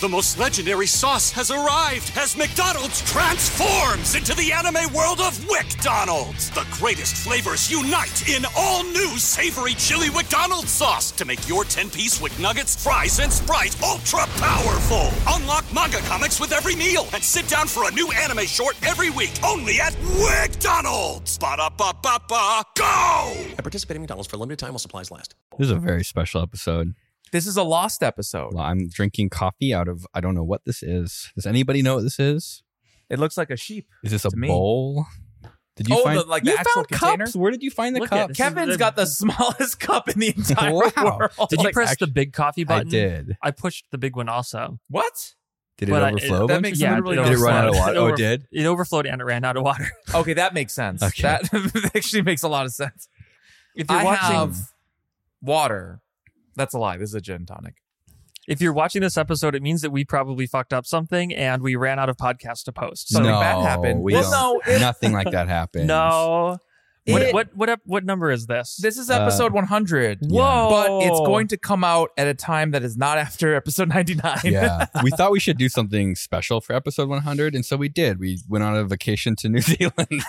The most legendary sauce has arrived as McDonald's transforms into the anime world of WickDonald's. The greatest flavors unite in all new savory chili McDonald's sauce to make your 10-piece Wick Nuggets, fries, and Sprite ultra-powerful. Unlock manga comics with every meal and sit down for a new anime short every week only at WickDonald's. Ba-da-ba-ba-ba, go! And participate in McDonald's for a limited time while supplies last. This is a very special episode. This is a lost episode. Well, I'm drinking coffee out of I don't know what this is. Does anybody know what this is? It looks like a sheep. Is this a To me. bowl? Did you Oh, find the- like the you actual found container? cups? Where did you find the Look at cups? Kevin's the- got the smallest cup in the entire Wow. world. Did you Like, press actu- the big coffee I button? did. I pushed the big one also. What? Did it But I- overflow? that a bunch? makes- yeah, Someone really did it run out of overflowed. water? Oh, it over- did. It overflowed and it ran out of water. Okay, that makes sense. Okay. That actually makes a lot of sense. If you're I watching, have water. That's a lie. This is a gin tonic. if you're watching this episode, it means that we probably fucked up something and we ran out of podcasts to post. So something no, bad happened. We Well, don't. no, it- nothing like that happened. no. What, It- what what ep- what number is this? This is Uh, episode 100. Whoa! But it's going to come out at a time that is not after episode 99. Yeah, we thought we should do something special for episode 100, and so we did. We went on a vacation to New Zealand.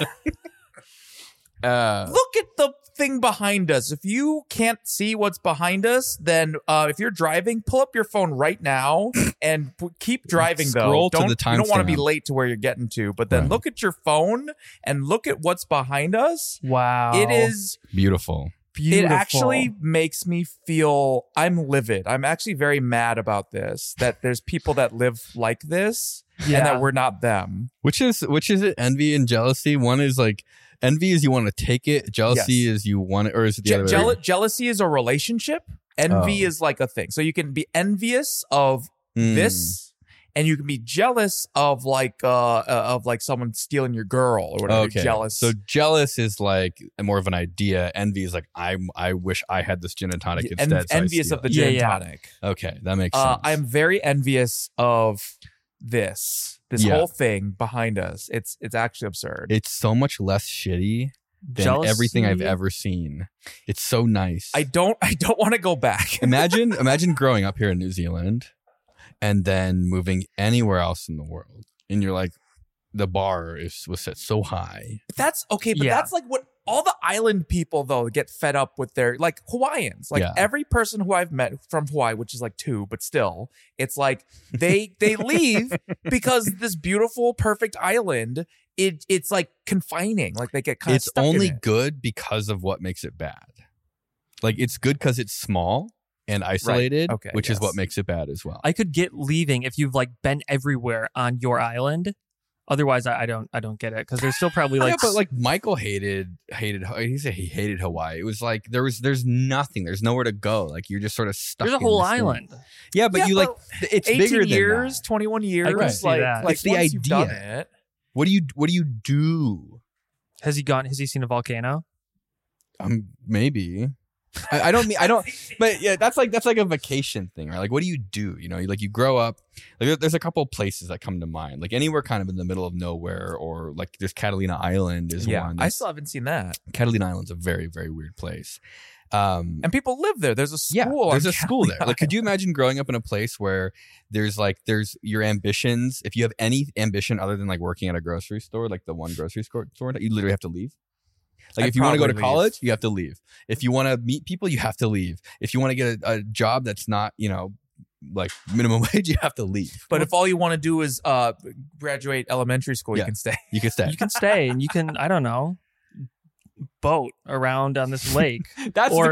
Uh, Look at the thing behind us. If you can't see what's behind us, then uh, if you're driving, pull up your phone right now and p- keep driving. Scroll to though, don't, the You don't want to be timestamp. late to where you're getting to, but then Right. look at your phone and look at what's behind us. wow. It is. Beautiful. beautiful. It actually makes me feel. I'm livid. I'm actually very mad about this. That there's people that live like this, yeah. and that we're not them. Which is which is it? Envy and jealousy. One is like envy is you want to take it. Jealousy Yes. is you want it, or is it the Je- other? way jeal- around? jealousy is a relationship. Envy Oh. is like a thing. So you can be envious of Mm. this, and you can be jealous of like uh, uh of like someone stealing your girl or whatever. Okay. You're jealous. So jealous is like more of an idea. Envy is like I I wish I had this gin and tonic En- instead. so I envious steal of the it. gin Yeah, yeah. tonic. Okay, that makes Uh, sense. I'm very envious of this. This Yeah. whole thing behind us. It's it's actually absurd. It's so much less shitty than Jealousy- everything I've ever seen. It's so nice. I don't I don't want to go back. imagine imagine growing up here in New Zealand and then moving anywhere else in the world and you're like the bar is was set so high. But that's okay, but Yeah. that's like what all the island people though get fed up with their like Hawaiians. Like Yeah. every person who I've met from Hawaii, which is like two, but still, it's like they they leave because this beautiful, perfect island, it it's like confining. Like they get kind it's of stuck in only it. good because of what makes it bad. Like it's good cuz it's small and isolated, Okay, which is yes. what makes it bad as well. I could get leaving if you've like been everywhere on your island. Otherwise, I, I don't I don't get it because there's still probably like yeah, but like Michael hated hated he said he hated Hawaii. It was like there was there's nothing, there's nowhere to go. Like you're just sort of stuck. there's a in whole this thing. island. Yeah, but Yeah, you but like it's 18 bigger than years, that. 21 years. can see like, that. like It's the once you've idea. done it, What do you what do you do? Has he gone? Has he seen a volcano? Um, maybe. I, I don't mean I don't. But yeah, that's like that's like a vacation thing, right? Like, what do you do? You know, you, like you grow up. Like, there- there's a couple places that come to mind. Like anywhere kind of in the middle of nowhere, or like there's Catalina Island is yeah, one. I still haven't seen that. Catalina Island's a very very weird place. Um, And people live there. There's a yeah, school. there's on a school there. Catalina Like, could you imagine growing up in a place where there's like there's your ambitions? If you have any ambition other than like working at a grocery store, like the one grocery sco- store, you literally have to leave. Like, I'd if you want to go to probably leave. college, you have to leave. If you want to meet people, you have to leave. If you want to get a, a job that's not, you know, like minimum wage, you have to leave. But if all you want to do is uh, graduate elementary school, Yeah. you can stay. You can stay. You can stay and you can I don't know boat around on this lake That's or-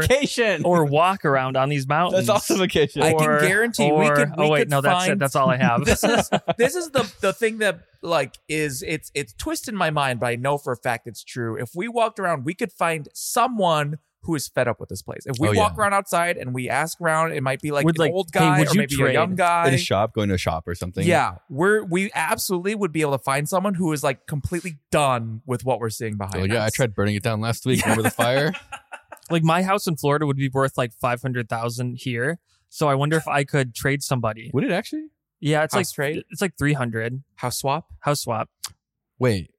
vacation. or walk around on these mountains. that's also vacation. I can Or- guarantee we or- could. we oh wait, could no, that's it. find- That's all I have. this is this is the the thing that like is it's it's twist in my mind, but I know for a fact it's true. If we walked around, we could find someone who is fed up with this place. If we Oh, yeah. walk around outside and we ask around, it might be like Would, an like, old hey, guy would or you maybe a trade? young guy. At a shop, going to a shop or something. Yeah, we're we absolutely would be able to find someone who is like completely done with what we're seeing behind. They're Oh, like, yeah, I us. tried burning it down last week. Remember the fire? like my house in Florida would be worth like five hundred thousand here. So I wonder if I could trade somebody. Would it actually? Yeah, it's House like trade? it's like three hundred house swap. house swap. Wait,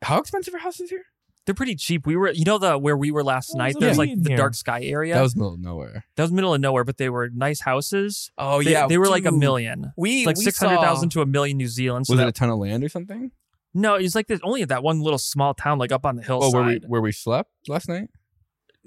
how expensive are houses here? They're pretty cheap. We were, you know, the where we were last What night. was the There's like mean the here? dark sky area. That was middle of nowhere. that was middle of nowhere, but they were nice houses. Oh They- yeah, they were like a dude. million, We It's like we six hundred thousand saw- to a million New Zealand. So Was that, it a ton of land or something? no, it was like this only that one little small town, like up on the Oh, hillside. where we where we slept last night?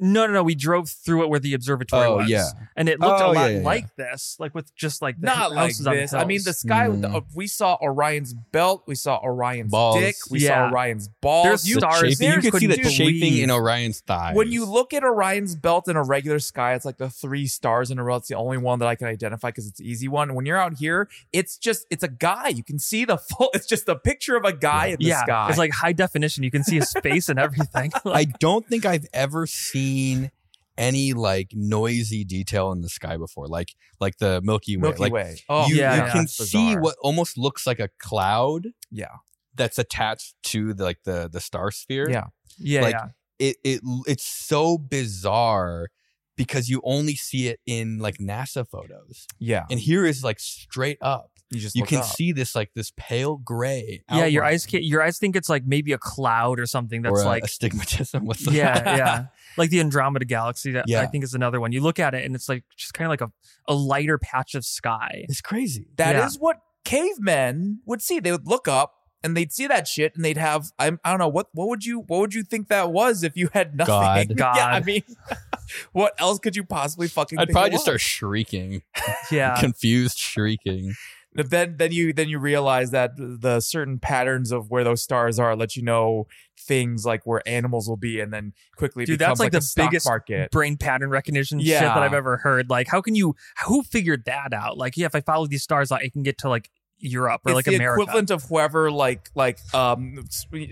no, no, no. We drove through it where the observatory Oh was. yeah. and it looked Oh, a lot yeah, yeah, like this, like with just like the Not like houses on the this. I mean, hills. the sky. With the, Mm. we saw Orion's belt. We saw Orion's Balls. dick. We Yeah. saw Orion's balls. There's You- The stars chafing- there You could see couldn't the believe. shaping in Orion's thighs. when you look at Orion's belt in a regular sky, it's like the three stars in a row. It's the only one that I can identify because it's the easy one. When you're out here, it's just it's a guy. You can see the full. It's just a picture of a guy in the yeah, sky. it's like high definition. You can see his face and everything. I Like, don't think I've ever seen any like noisy detail in the sky before, like like the Milky Way. Milky like Way. Oh you, yeah, you yeah, can it's see bizarre. what almost looks like a cloud. Yeah. that's attached to the, like the the star sphere. Yeah. yeah, like, yeah, it it it's so bizarre because you only see it in like NASA photos, yeah. and here is like straight up. You just You look can up. see this like this pale gray. yeah. Your outline eyes, can, your eyes think it's like maybe a cloud or something or that's a- like astigmatism. What's the- yeah, yeah. Like the Andromeda Galaxy, that I Yeah. think is another one. You look at it and it's like just kind of like a, a lighter patch of sky. It's crazy. That is Yeah. what cavemen would see. They would look up and they'd see that shit and they'd have I'm, I don't know what what would you what would you think that was if you had nothing? God. Yeah, I God. mean, what else could you possibly fucking? I'd think probably it just was? start shrieking, Yeah, confused shrieking. But then then you then you realize that the certain patterns of where those stars are let you know things like where animals will be and then quickly Dude, becomes that's like a the stock biggest market. brain pattern recognition shit Yeah. that I've ever heard. Like, how can you? Who figured that out? Like, yeah, if I follow these stars, like, I can get to like Europe or it's like the America. equivalent of whoever like like um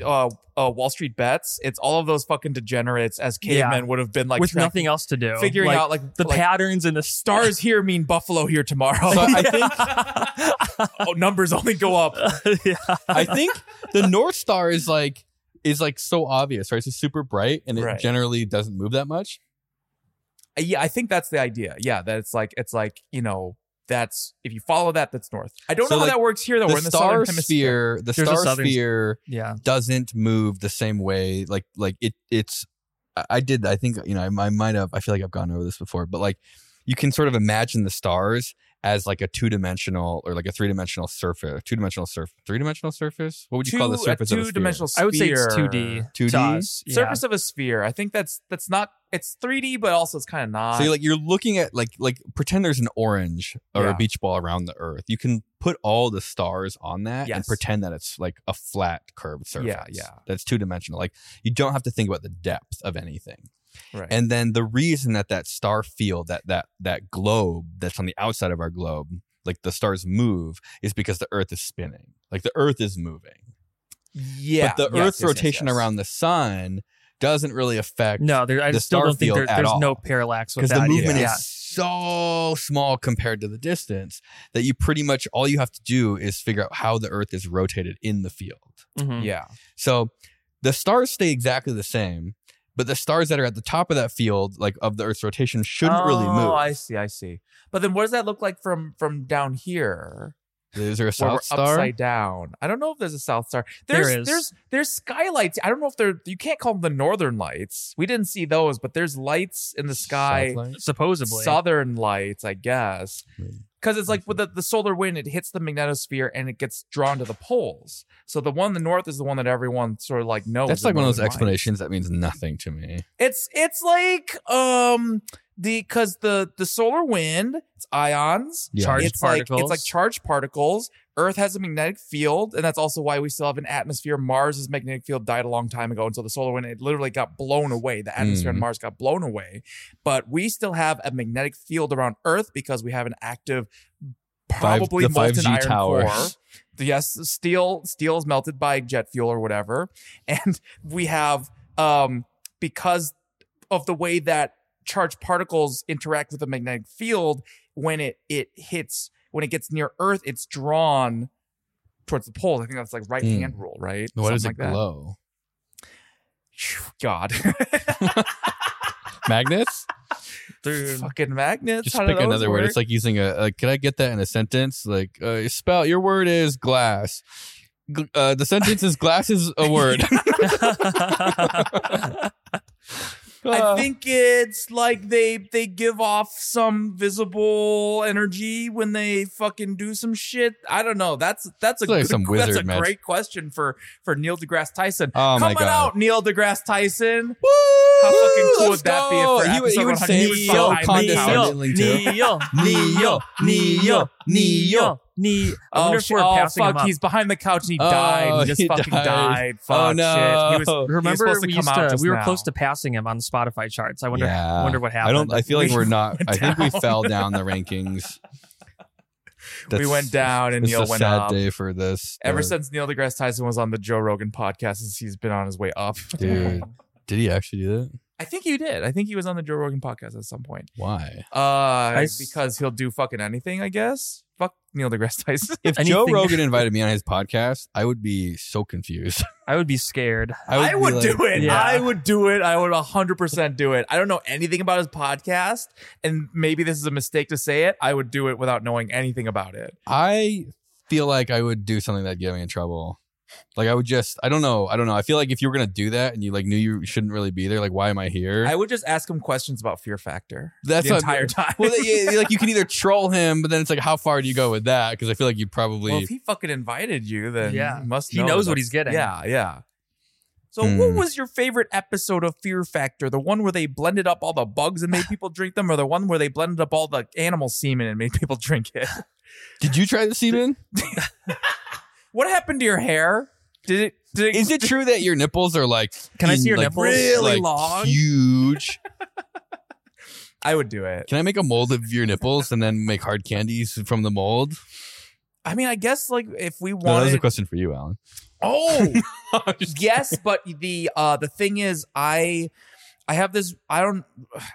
uh, uh Wall Street bets. It's all of those fucking degenerates as Yeah. cavemen would have been like with tracking nothing else to do. figuring Like, out like the like, patterns and the stars. stars here mean buffalo here tomorrow. So I think oh, numbers only go up. yeah. I think the North Star is like is like so obvious, right? It's just super bright and it Right. generally doesn't move that much. Yeah, I think that's the idea. Yeah, that it's like it's like you know that's if you follow that, that's north. I don't So, know like, how that works here though. the, We're in the star southern hemisphere. sphere, the There's a star southern- sphere yeah. doesn't move the same way. Like like it it's I- I did I think you know I, I might have I feel like I've gone over this before, but like you can sort of imagine the stars as like a two dimensional or like a three dimensional surface, two dimensional surface, three dimensional surface. What would you call the Two- surface a of a sphere? two-dimensional sphere? I would say it's 2D. 2D? To us. Yeah. Surface of a sphere. I think that's that's not. It's 3D, but also it's kind of not. So you're like you're looking at like like pretend there's an orange or Yeah. a beach ball around the earth. You can put all the stars on that and Yes. pretend that it's like a flat curved surface. Yeah, yeah. That's two dimensional. Like you don't have to think about the depth of anything. right. And then the reason that that star field that that that globe that's on the outside of our globe, like the stars move, is because the Earth is spinning. Like the Earth is moving. yeah, but the yes, Earth's yes, yes, rotation yes. around the sun doesn't really affect no, there, I the still don't think starfield there, at there's all. no parallax with because that. the movement yeah. is so small compared to the distance that you pretty much all you have to do is figure out how the earth is rotated in the field Mhm. Yeah, so the stars stay exactly the same but the stars that are at the top of that field like of the earth's rotation shouldn't really Oh, move I see. I see. But then, what does that look like from from down here? is there a where we're south star upside down. I don't know if there's a south star. There There's is. there's there's skylights. I don't know if they're you can't call them the northern lights. We didn't see those, but there's lights in the sky. South Hmm. line? Supposedly. Southern lights, I guess. Right. Because it's like with the, the solar wind, it hits the magnetosphere and it gets drawn to the poles. So the one in the north is the one that everyone sort of like knows. that's Oh, the like one of those northern lights. explanations that means nothing to me It's it's like um the because the the solar wind, it's ions. Yeah. Charged it's particles. Like, it's like charged particles. Earth has a magnetic field, and that's also why we still have an atmosphere. Mars's magnetic field died a long time ago, and so the solar wind it literally got blown away. The atmosphere on Mm. Mars got blown away, but we still have a magnetic field around Earth because we have an active, Five- probably the molten 5G iron tower. core. Yes, steel steel is melted by jet fuel or whatever, and we have um because of the way that charged particles interact with the magnetic field when it it hits when it gets near earth it's drawn towards the poles i think that's like right Mm. hand rule right what does it Something like that. glow Phew, god magnets Dude. fucking magnets just How do pick another those word it's work? like using a, a can i get that in a sentence like uh, spell your word is glass Gl- Uh, the sentence is glasses a word. "Ah." I think it's like they they give off some visible energy when they fucking do some shit. I don't know. That's that's a It's like good, some wizard that's a magic. great question for for Neil deGrasse Tyson. Oh, my Coming God. out, Neil deGrasse Tyson. Woo! How fucking Let's cool would that be if go! for he would, he episode would 100, say he it was so behind Neil. condescendingly too. Neo, Neo, Neo, Neo, Neo. I Oh, wonder if sh- we're oh passing him fuck! up. He's behind the couch and he Oh, died. He just he fucking died. died. Fuck Oh, no. shit. He was, he was Remember, supposed to we, come used out to, just we were now. close to passing him on the Spotify charts. I wonder, Yeah. wonder what happened. I don't. I feel like We we're not. I think we down. fell down the rankings. We went down and It's Neil a went sad up. day for this. Ever dude. since Neil deGrasse Tyson was on the Joe Rogan podcast, since he's been on his way up. dude, did he actually do that? I think you did. I think he was on the Joe Rogan podcast at some point. Why? Uh, s- because he'll do fucking anything, I guess. Fuck Neil deGrasse Tyson. If Joe Anything- Rogan invited me on his podcast, I would be so confused. I would be scared. I would, be like- do it. Yeah. I would do it. I would 100% do it. I don't know anything about his podcast, and maybe this is a mistake to say it. I would do it without knowing anything about it. I feel like I would do something that'd get me in trouble. Like I would just, I don't know, I don't know. I feel like if you were gonna do that and you like knew you shouldn't really be there, like why am I here? I would just ask him questions about Fear Factor That's the what- entire time. well, yeah, like you can either troll him, but then it's like how far do you go with that? Because I feel like you probably Well, if he fucking invited you, then Yeah. you must. He know knows that what he's getting. Yeah, yeah. So, what Hmm. was your favorite episode of Fear Factor? The one where they blended up all the bugs and made people drink them, or the one where they blended up all the animal semen and made people drink it? did you try the semen? What happened to your hair? Did it? Did it? Is it true that your nipples are like Can I in, see your like, nipples? Really like, long? huge? I would do it. Can I make a mold of your nipples and then make hard candies from the mold? I mean, I guess like if we No, that was wanted. a question for you, Alan. oh, yes, but the uh the thing is, I I have this. I don't.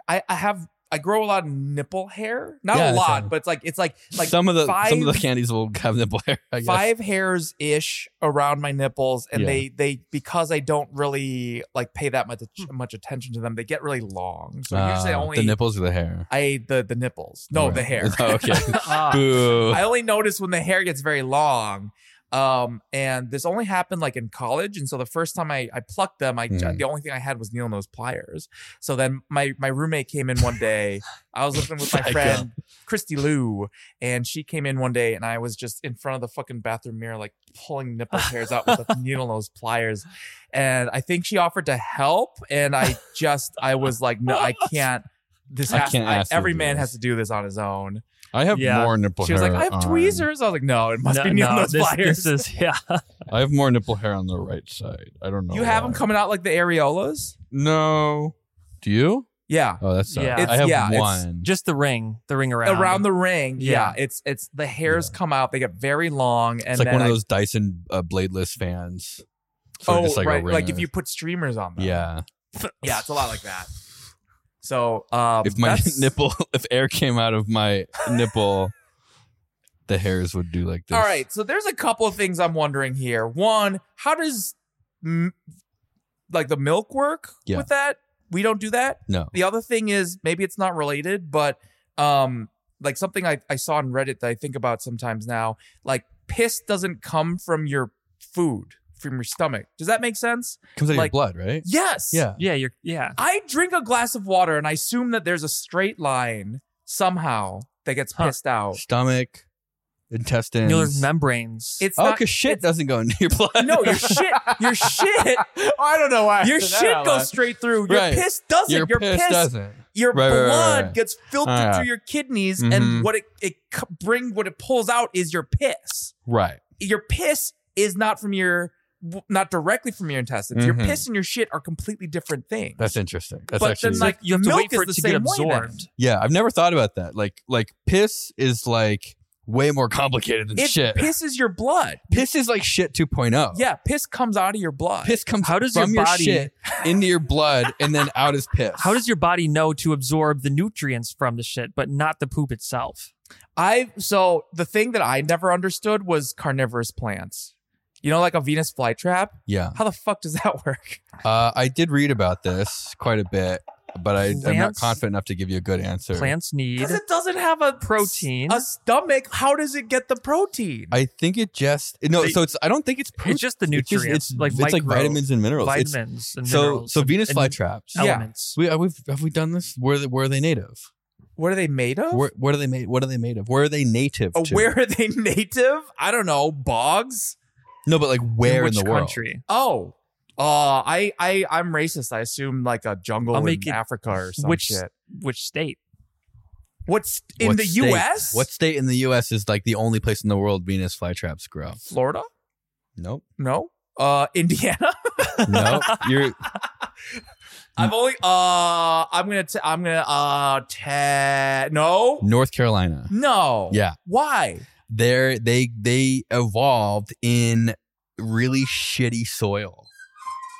I I have. I grow a lot of nipple hair. Not Yeah, a that's lot, right. but it's like it's like like some of the some of five- the candies will have nipple hair. I guess. five hairs ish around my nipples and Yeah. they they because i don't really like pay that much much attention to them they get really long so usually I Ah, only Hmm. the nipples or the hair. i the the nipples no the Right. hair Oh, okay. Ah, Boo. i only notice when the hair gets very long um and this only happened like in college and so the first time i i plucked them i Mm. the only thing i had was needle nose pliers so then my my roommate came in one day i was living with my Psycho. friend christy lou and she came in one day and i was just in front of the fucking bathroom mirror like pulling nipple hairs out with the needle nose pliers and i think she offered to help and i just i was like no i can't this I has can't ask you every to do man this. has to do this on his own I have Yeah. more nipple she hair. was like, I have on- tweezers. I was like, no, it must no, be needle no, nose this, pliers. this is yeah. I have more nipple hair on the right side. I don't know. you have why. them coming out like the areolas? No. Do you? Yeah. Oh, that's Yeah. yeah. It's- I have yeah, it's one. Just the ring, the ring around. Around, the ring. Yeah. Yeah. It's it's the hairs come out. They get very long. And it's like then one I- of those Dyson uh, bladeless fans. So oh, just like a right. Like ring if you put streamers on of- them. Yeah. Yeah. It's a lot like that. So um, If my that's- nipple, if air came out of my nipple, the hairs would do like this. All right. So there's a couple of things I'm wondering here. One, how does m- like the milk work Yeah. with that? We don't do that. No. The other thing is maybe it's not related, but um, like something I, I saw on Reddit that I think about sometimes now, like piss doesn't come from your food, from your stomach. Does that make sense? Comes out of your Like- blood, right? Yes. Yeah. Yeah, you're yeah. I drink a glass of water and I assume that there's a straight line somehow that gets Huh. pissed out. Stomach, intestines. You know, there's membranes. It's oh, not because shit doesn't go into your blood. no, your shit, your shit, I don't know why. I your said that shit out loud. goes straight through. Your Right. piss doesn't. Your, Your, piss, piss doesn't. your Right, right, blood right, right. gets filtered Ah, yeah. through your kidneys, Mhm. and what it it c- bring what it pulls out is your piss. Right. Your piss is not from your w- not directly from your intestines. Your Mhm. piss and your shit are completely different things. That's interesting. That's But actually then, like, you have to milk wait for is it the to get same way then. absorbed. yeah. I've never thought about that. Like like piss is like way more complicated than it shit. pisses your blood. piss is like shit 2.0. Yeah, piss comes out of your blood. Piss comes How does from your body- shit into your blood and then out as piss. How does your body know to absorb the nutrients from the shit, but not the poop itself? I so the thing that I never understood was carnivorous plants. You know, like a Venus flytrap. Yeah. How the fuck does that work? Uh, I did read about this quite a bit. but I, I'm not Plants- confident enough to give you a good answer. Plants need. Because it doesn't have a Protein. a stomach. How does it get the protein? I think it just no. They- so it's I don't think it's protein. It's just the It's just- nutrients, it's- like it's micro- vitamins and minerals. It's- Vitamins and so minerals. so and- Venus and flytraps. Yeah. Elements. We, uh, we've, have we done this? Where are they, where are they native? what are they made of? Where, what are they made? What are they made of? Where are they native? Oh, Uh, to? where are they native? I don't know. Bogs. No, but like where in, which the world? country? Oh. Uh, I I I'm racist. I assume like a jungle I'll in make it- Africa or some which shit. which state? What's in What the state- U.S.? What state in the U.S. is like the only place in the world Venus flytraps grow? Florida? Nope. No. Uh, Indiana. Hmm. Nope. You're I've only. Uh, I'm gonna. T- I'm gonna. Uh, ta- no. North Carolina. No. Yeah. Why? They're they they evolved in really shitty soil.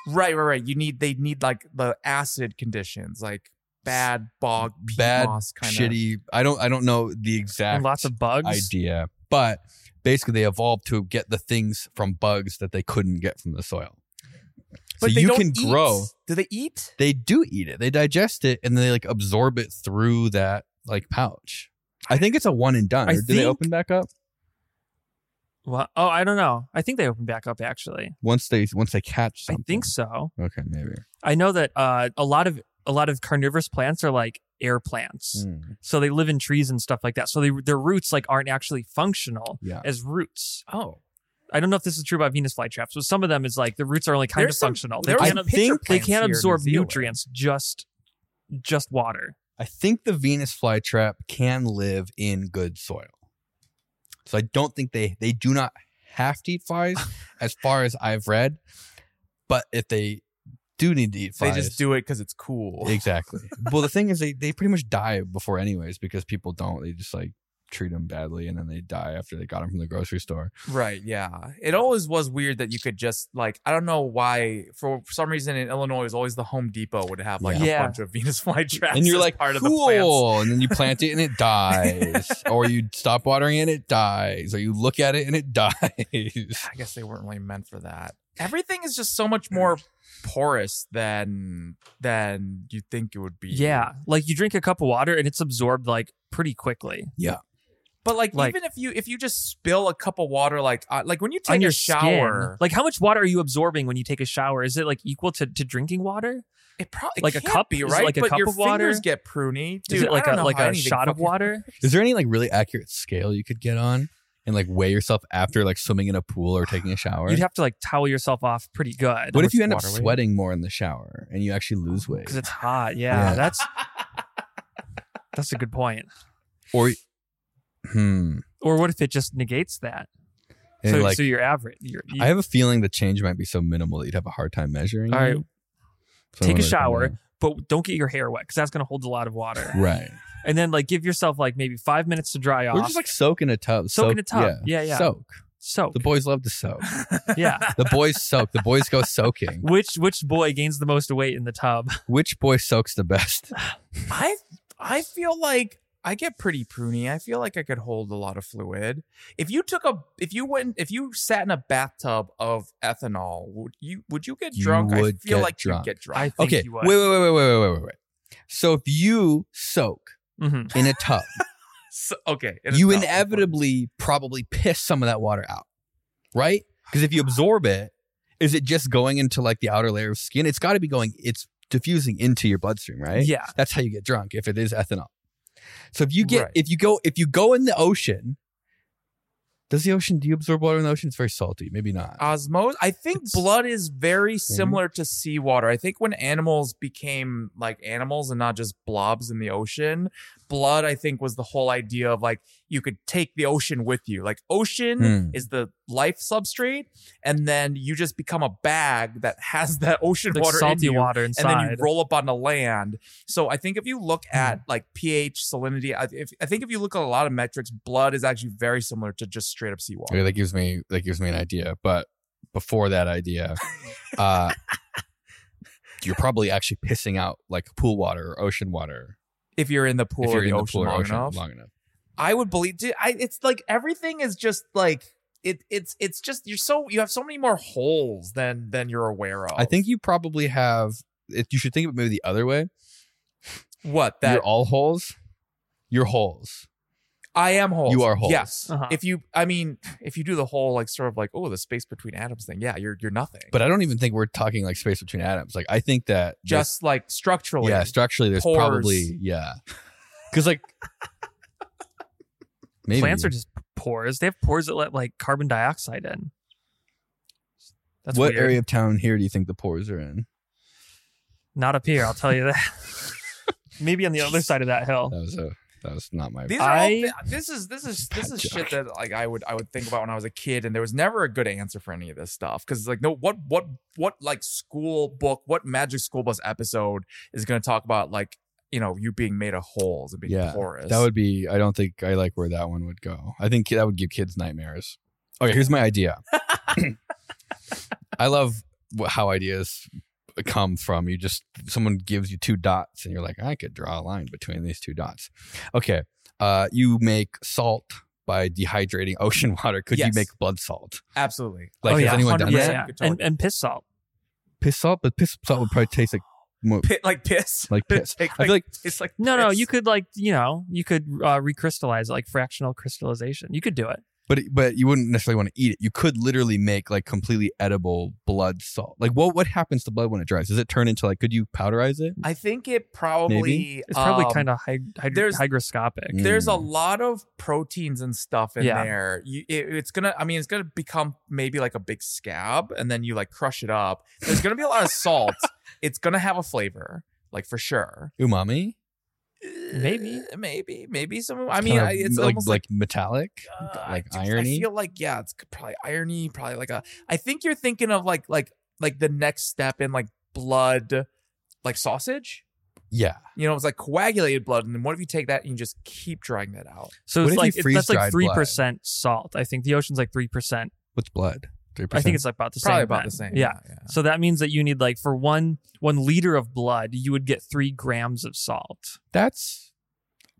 Right. Right. Right. You need. They need like the acid conditions, like bad bog, peat Bad, moss kind Shitty. I don't I don't know the exact And lots of bugs. idea, but basically they evolved to get the things from bugs that they couldn't get from the soil. But so they you don't can eat. grow. Do they eat? They do eat it. They digest it and they like absorb it through that like pouch. I think it's a one and done. I Or do they think- open back up Well, oh, I don't know. I think they opened back up actually. once they once they catch something? I think so. Okay, maybe. I know that uh, a lot of a lot of carnivorous plants are like air plants. Hmm. Mm. So they live in trees and stuff like that. So they, their roots like aren't actually functional Yeah. as roots. Oh. I don't know if this is true about Venus flytraps, but some of them is like the roots are only kind There's of some- functional. there they are can't, some pitcher they plants here can't in absorb New Zealand. nutrients, just just water. I think the Venus flytrap can live in good soil. So I don't think they they do not have to eat flies as far as I've read. But if they do need to eat They flies, just do it because it's cool. Exactly. well, the thing is they they pretty much die before anyways because people don't they just like treat them badly and then they die after they got them from the grocery store. Right. Yeah. It always was weird that you could just like I don't know why for for some reason in Illinois it was always the Home Depot would have like Yeah. a bunch of Venus flytraps. and you're as like part cool. of the plants. and then you plant it and it dies or you stop watering it and it dies or you look at it and it dies. I guess they weren't really meant for that. Everything is just so much more porous than than you think it would be. Yeah, like you drink a cup of water and it's absorbed like pretty quickly. But like, Like- even if you if you just spill a cup of water like uh, like when you on take your a shower, skin. Like how much water are you absorbing when you take a shower? Is it like equal to, to drinking water? it probably like a can't cup? be Is it right. like a but cup your of water? fingers get pruny. Dude, Is it like I a don't know like how a anything shot of fucking- water? Is there any like really accurate scale you could get on and like weigh yourself after like swimming in a pool or taking a shower? You'd have to like towel yourself off pretty good. what if you end up water weight? sweating more in the shower and you actually lose weight? because it's hot. Yeah, Yeah. that's that's a good point. Or hmm. Or what if it just negates that? And, so, like, so you're average. You're, you, I have a feeling the change might be so minimal that you'd have a hard time measuring. All right. it. So I'm take a gonna- shower, but don't get your hair wet because that's going to hold a lot of water. Right. and then like give yourself like maybe five minutes to dry Or off. just like soak in a tub. Soak in a tub. Yeah, yeah. Soak. so The boys love to soak. yeah. The boys soak. The boys go soaking. Which which boy gains the most weight in the tub? Which boy soaks the best? I I feel like I get pretty pruny. I feel like I could hold a lot of fluid. If you took a if you went if you sat in a bathtub of ethanol, would you would you get You drunk? I would feel get like drunk. you'd get drunk. I think Okay. you Wait, would. wait, wait, wait, wait, wait, wait, wait. So if you soak Mhm. in a tub, So- okay. it is you not important. inevitably probably piss some of that water out, right? Because if you absorb it, is it just going into like the outer layer of skin? It's got to be going, it's diffusing into your bloodstream, right? Yeah. That's how you get drunk if it is ethanol. So if you get, Right. if you go, if you go in the ocean, does the ocean, do you absorb water in the ocean? It's very salty. Maybe not. Uh, Osmos. I think It's- blood is Mhm. very similar to seawater. I think when animals became like animals and not just blobs in the ocean, blood, I think, was the whole idea of like you could take the ocean with you. Like, ocean Hmm. is the life substrate, and then you just become a bag that has that ocean Like water in salty you, water And inside. Hmm. then you roll up on the land. So I think if you look at like pH, salinity, I, if, I think if you look at a lot of metrics, blood is actually very similar to just straight up seawater. Okay, that gives me that gives me an idea. But before that idea, uh, you're probably actually pissing out like pool water or ocean water If you're in the pool if or you're the in the ocean pool or long ocean enough. long enough. I would believe. Dude, I, it's like everything is just like it. It's it's just you're so you have so many more holes than than you're aware of. I think you probably have. If you should think of it maybe the other way. What that You're all holes. You're holes. I am whole. You are holes. Yes. Uh-huh. If you, I mean, if you do the whole like sort of like oh the space between atoms thing, yeah, you're you're nothing. But I don't even think we're talking like space between atoms. Like I think that there's- just like structurally, yeah, structurally there's pores. probably yeah, because like maybe Plants are just pores. They have pores that let like carbon dioxide in. That's what weird. area of town here do you think the pores are in? Not up here, I'll tell you that. Maybe on the other side of that hill. That was a that was not my. These are all, I- thi- this is this is this is joke. shit that like I would I would think about when I was a kid, and there was never a good answer for any of this stuff because like no what what what like school book what Magic School Bus episode is going to talk about like you know you being made of holes and being Yeah, porous. That would be. I don't think I like where that one would go. I think that would give kids nightmares. Okay, here's my idea. I love wh- how ideas come from. You just someone gives you two dots, and you're like, I could draw a line between these two dots. Okay, uh, you make salt by dehydrating ocean water. Could you Yes. make blood salt? absolutely Like, oh, has yeah, anyone done 100%, that? yeah. Good talk. And, and piss salt. Piss salt, but piss salt would probably taste like mo- Pit, like piss. like piss. Like, I feel like it's like No, no, piss. you could like you know you could uh, recrystallize it, like fractional crystallization. You could do it. But but you wouldn't necessarily want to eat it. You could literally make like completely edible blood salt. Like what what happens to blood when it dries? Does it turn into like could you powderize it? I think it probably Maybe. It's probably um, kind of hyd- hyd- there's- Mm. hygroscopic. there's a lot of proteins and stuff in Yeah. there. You, it, it's gonna, I mean, it's gonna become maybe like a big scab, and then you like crush it up. There's gonna be a lot of salt. it's gonna have a flavor, like for sure. umami. Maybe. Uh, maybe, maybe some. I mean, Kind I- of it's like almost like. like, metallic, uh, I like just- irony. I feel like yeah, it's probably irony, probably like a. I think you're thinking of like like like the next step in like blood, like sausage. yeah, You know, it's like coagulated blood, and then what if you take that and you just keep drying that out? So What it's if you like it's, that's like freeze-dried three blood? percent salt. I think the ocean's like three percent. what's blood? Three I think it's about the probably same. about then. the same. Yeah. So that means that you need like for one one liter of blood, you would get three grams of salt. that's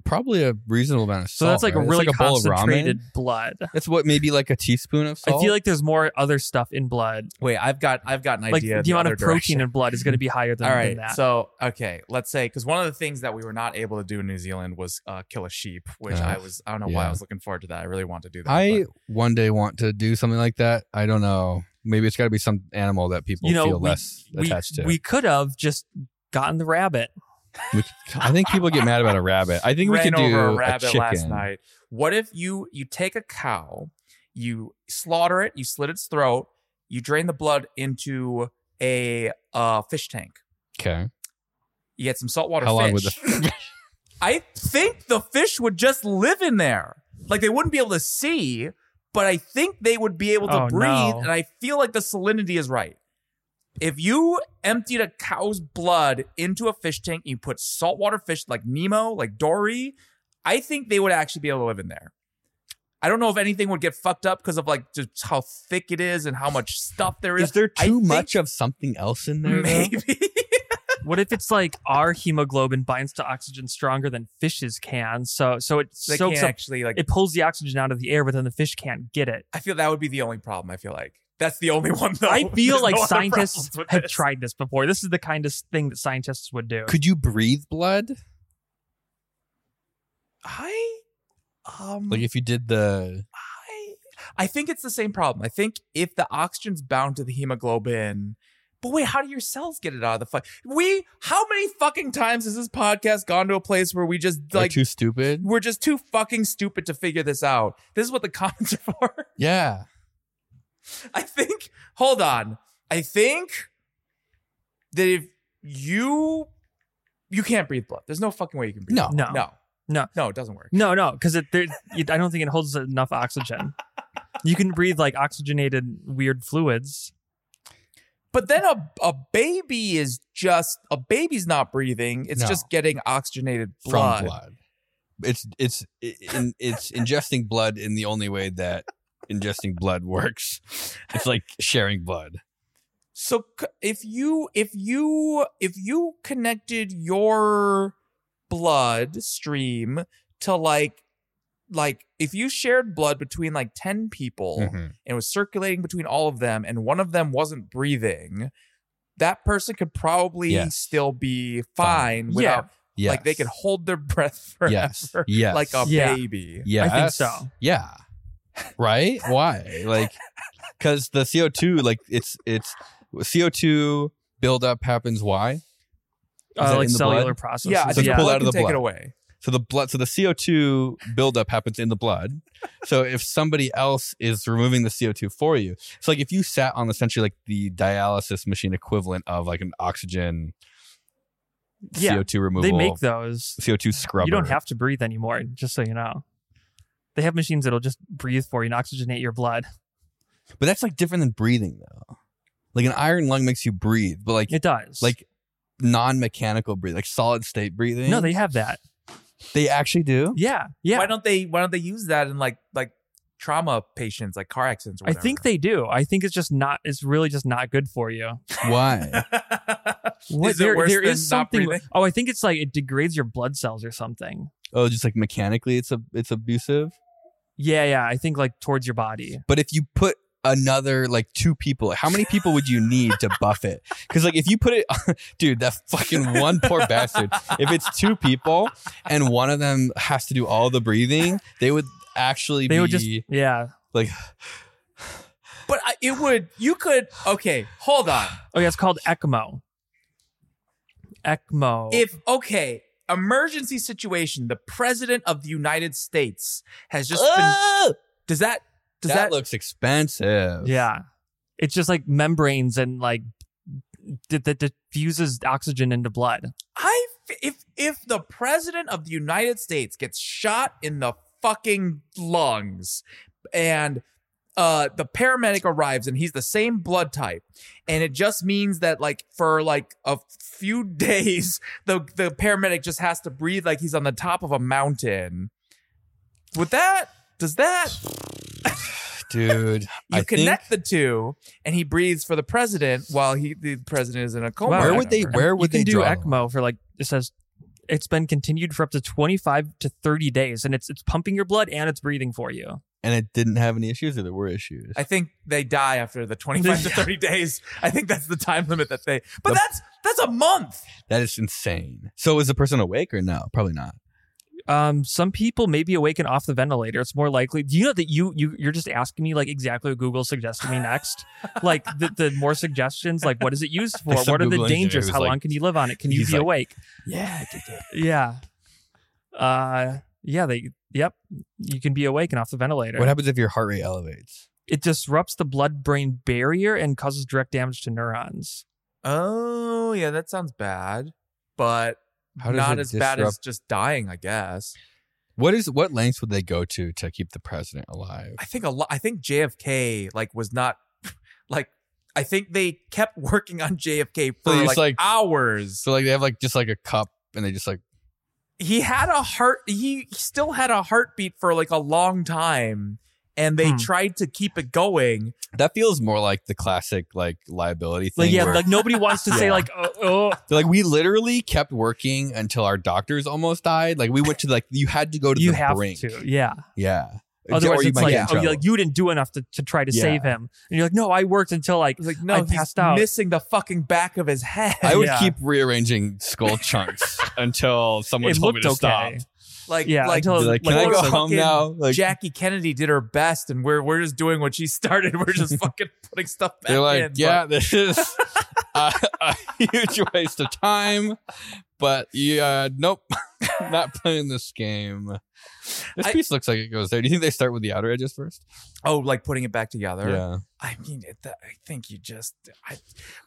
probably a reasonable amount of So salt. that's like right? a It's really like a bowl of concentrated ramen. blood. That's what maybe like a teaspoon of salt. I feel like there's more other stuff in blood. Wait, I've got I've got an Like idea. the amount other of protein direction. in blood is going to be higher than, All than right, that. so okay, let's say because one of the things that we were not able to do in New Zealand was uh, kill a sheep, which Uh, I was I don't know why yeah. I was looking forward to that. I really want to do that. I but- one day want to do something like that. I don't know. Maybe it's got to be some animal that people you know, feel we, less we, attached to. we could have just gotten the rabbit. We- I think people get mad about a rabbit. I think we ran could do over a a rabbit chicken. last night. What if you you take a cow, you slaughter it, you slit its throat, you drain the blood into a uh, fish tank. Okay. You get some saltwater How fish. long would the I think the fish would just live in there. Like they wouldn't be able to see, but I think they would be able to Oh, breathe. no. And I feel like the salinity is right. If you emptied a cow's blood into a fish tank, you put saltwater fish like Nemo, like Dory, I think they would actually be able to live in there. I don't know if anything would get fucked up because of like just how thick it is and how much stuff there is. Is there I too think- much of something else in there? though? Maybe. What if it's like our hemoglobin binds to oxygen stronger than fishes can? So so it they soaks can't up. actually like It pulls the oxygen out of the air, but then the fish can't get it. I feel that would be the only problem. I feel like that's the only one. Though. I feel There's like no other scientists problems with have this. tried this before. This is the kind of thing that scientists would do. Could you breathe blood? I, um, Like if you did the I, I think it's the same problem. I think if the oxygen's bound to the hemoglobin, but wait, how do your cells get it out of the fuck? We, how many fucking times has this podcast gone to a place where we just like like too stupid? we're just too fucking stupid to figure this out? This is what the comments are for. Yeah. I think. Hold on. I think that if you you can't breathe blood, there's no fucking way you can breathe. No. No. no, No. no. It doesn't work. No, no, because it, there, it. I don't think it holds enough oxygen. You can breathe like oxygenated weird fluids. But then a a baby is just a baby's not breathing. It's No. just getting oxygenated From blood. blood. It's it's i- in, it's ingesting blood in the only way that ingesting blood works. It's like sharing blood. So c- if you if you if you connected your blood stream to like like if you shared blood between like 10 people Mm-hmm. and was circulating between all of them and one of them wasn't breathing that person could probably Yes. still be Fine. fine without Yes. Like they can hold their breath forever, Yes. Yes. like a Yeah. baby. Yes. I think so. Yeah. Right? Why? Like, because the CO two, like it's it's CO two buildup happens. Why? that uh, in like the cellular blood? processes. Yeah, I So think pull out blood of can the take blood. it away. So the blood, so the CO two buildup happens in the blood. So if somebody else is removing the CO two for you, it's like if you sat on essentially like the dialysis machine equivalent of like an oxygen Yeah, CO two removal. they make those. CO two scrubber. You don't have to breathe anymore. Just so you know, they have machines that'll just breathe for you and oxygenate your blood. but that's like different than breathing though. Like an iron lung makes you breathe, but like It does. like non mechanical breathing, like solid state breathing. no, they have that. they actually do. Yeah, yeah. Why don't they? Why don't they use that in like like trauma patients, like car accidents? Or I think they do. I think it's just not. It's really just not good for you. Why? What- Is it worse than not something. breathing? oh, I think it's like it degrades your blood cells or something. oh, just like mechanically, it's a it's abusive. Yeah, yeah. I think like towards your body. But if you put another like two people, how many people would you need to buff it? Because like if you put it, dude, that fucking one poor bastard. If it's two people and one of them has to do all the breathing, they would actually They be would just yeah. like But I, it would. You could. Okay, hold on. Oh yeah, it's called ECMO. ECMO. If okay, emergency situation. The president of the United States has just been. "Oh, Does that? Does that, that? looks expensive. yeah, it's just like membranes and like d- that diffuses oxygen into blood. I f- if if the president of the United States gets shot in the fucking lungs and uh the paramedic arrives and he's the same blood type and it just means that like for like a few days the the paramedic just has to breathe like he's on the top of a mountain with that does that dude. you I think, connect the two and he breathes for the president while he the president is in a coma Wow. or where would they? whatever. Where you would can they do draw the ECMO for like it says it's been continued for up to 25 to 30 days and it's it's pumping your blood and it's breathing for you. and it didn't have any issues or there were issues. I think they die after the 25 to 30 days. I think that's the time limit that they. But The- that's that's a month. that is insane. So is the person awake or no? Probably not. Um some people may be awake and off the ventilator. It's more likely. Do you know that you you you're just asking me like exactly what Google suggested me next? like the, the more suggestions like what is it used for? some What are Google the engineer dangers? who's How like- long can you live on it? Can you he's be like- awake? Yeah. Yeah. Uh yeah, they yep, you can be awake and off the ventilator. What happens if your heart rate elevates? It disrupts the blood-brain barrier and causes direct damage to neurons. Oh, yeah, that sounds bad. But How does not it as bad as disrupt- just dying, I guess. What is what lengths would they go to to keep the president alive? I think a lot I think JFK like was not like I think they kept working on JFK for it's like, like- hours. So like they have like just like a cup and they just like he had a heart he still had a heartbeat for like a long time and they Hmm. tried to keep it going. that feels more like the classic like liability thing. Like yeah, where like nobody wants to say Yeah. like oh, oh they're like we literally kept working until our doctors almost died. Like we went to like you had to go to you the have brink. to, yeah. Yeah. Or Otherwise, you it's might like get oh, in you're trouble. like you didn't do enough to, to try to Yeah. save him, and you're like no, I worked until like It was like no, I he's passed out. missing the fucking back of his head. I would Yeah. keep rearranging skull chunks until someone it told me looked to stop. okay. like Yeah, like, until- Be like, can Like, I go fucking home now? Like, Jackie Kennedy did her best, and we're we're just doing what she started. We're just fucking putting stuff back they're like, in. yeah, this is a, a huge waste of time, but yeah, nope, not playing this game. This I- piece looks like it goes there. Do you think they start with the outer edges first? But, oh, like putting it back together. Yeah, I mean, it, that, I think you just. I,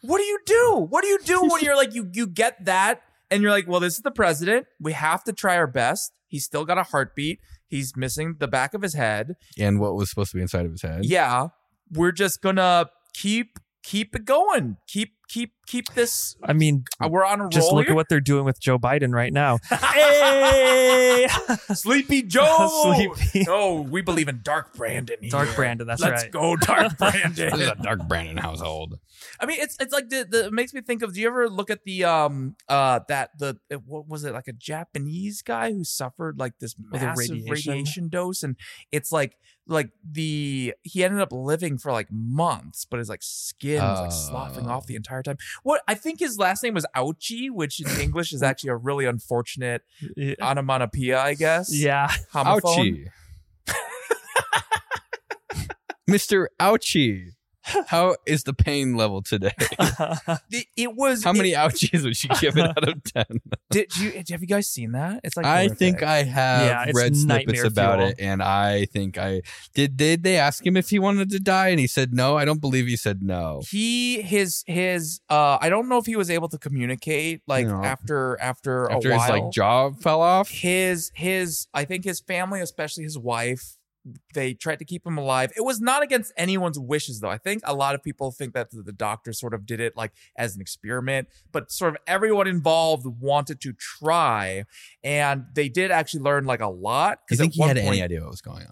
what do you do? What do you do when you're like you you get that and you're like, well, this is the president. We have to try our best. He's still got a heartbeat. He's missing the back of his head. and what was supposed to be inside of his head? Yeah, we're just gonna keep keep it going. Keep keep keep this. I mean, We're on a just roll. look here. at what they're doing with Joe Biden right now. hey! Sleepy Joe. Sleepy. Oh, we believe in Dark Brandon. Here. Dark Brandon, that's Let's right. go, Dark this is Brandon. a dark Brandon household. I mean, it's it's like the, the it makes me think of. Do you ever look at the um uh that the it- what was it like a Japanese guy who suffered like this the massive radiation. radiation? dose, and it's like like the he ended up living for like months, but his like skin was like sloughing Oh. off the entire time. What I think his last name was Ouchie, which in English is actually a really unfortunate Yeah. onomatopoeia, I guess. Yeah. Homophone. Ouchie. Mr. Ouchie. How is the pain level today? It, it was How it- many ouchies would you give it out of 10? did you have you guys seen that? It's like I horrific. think I Yeah, have it's read snippets nightmare about fuel. it, and I think I did. Did they ask him if he wanted to die, and he said no? I don't believe he said no. he his his uh i don't know if he was able to communicate like No. after after, After a his while like jaw fell off, his his i think his family especially his wife they tried to keep him alive it was not against anyone's wishes though i think a lot of people think that the doctor sort of did it like as an experiment but sort of everyone involved wanted to try and they did actually learn like a lot you 'cause think at he one had point- any idea what was going on?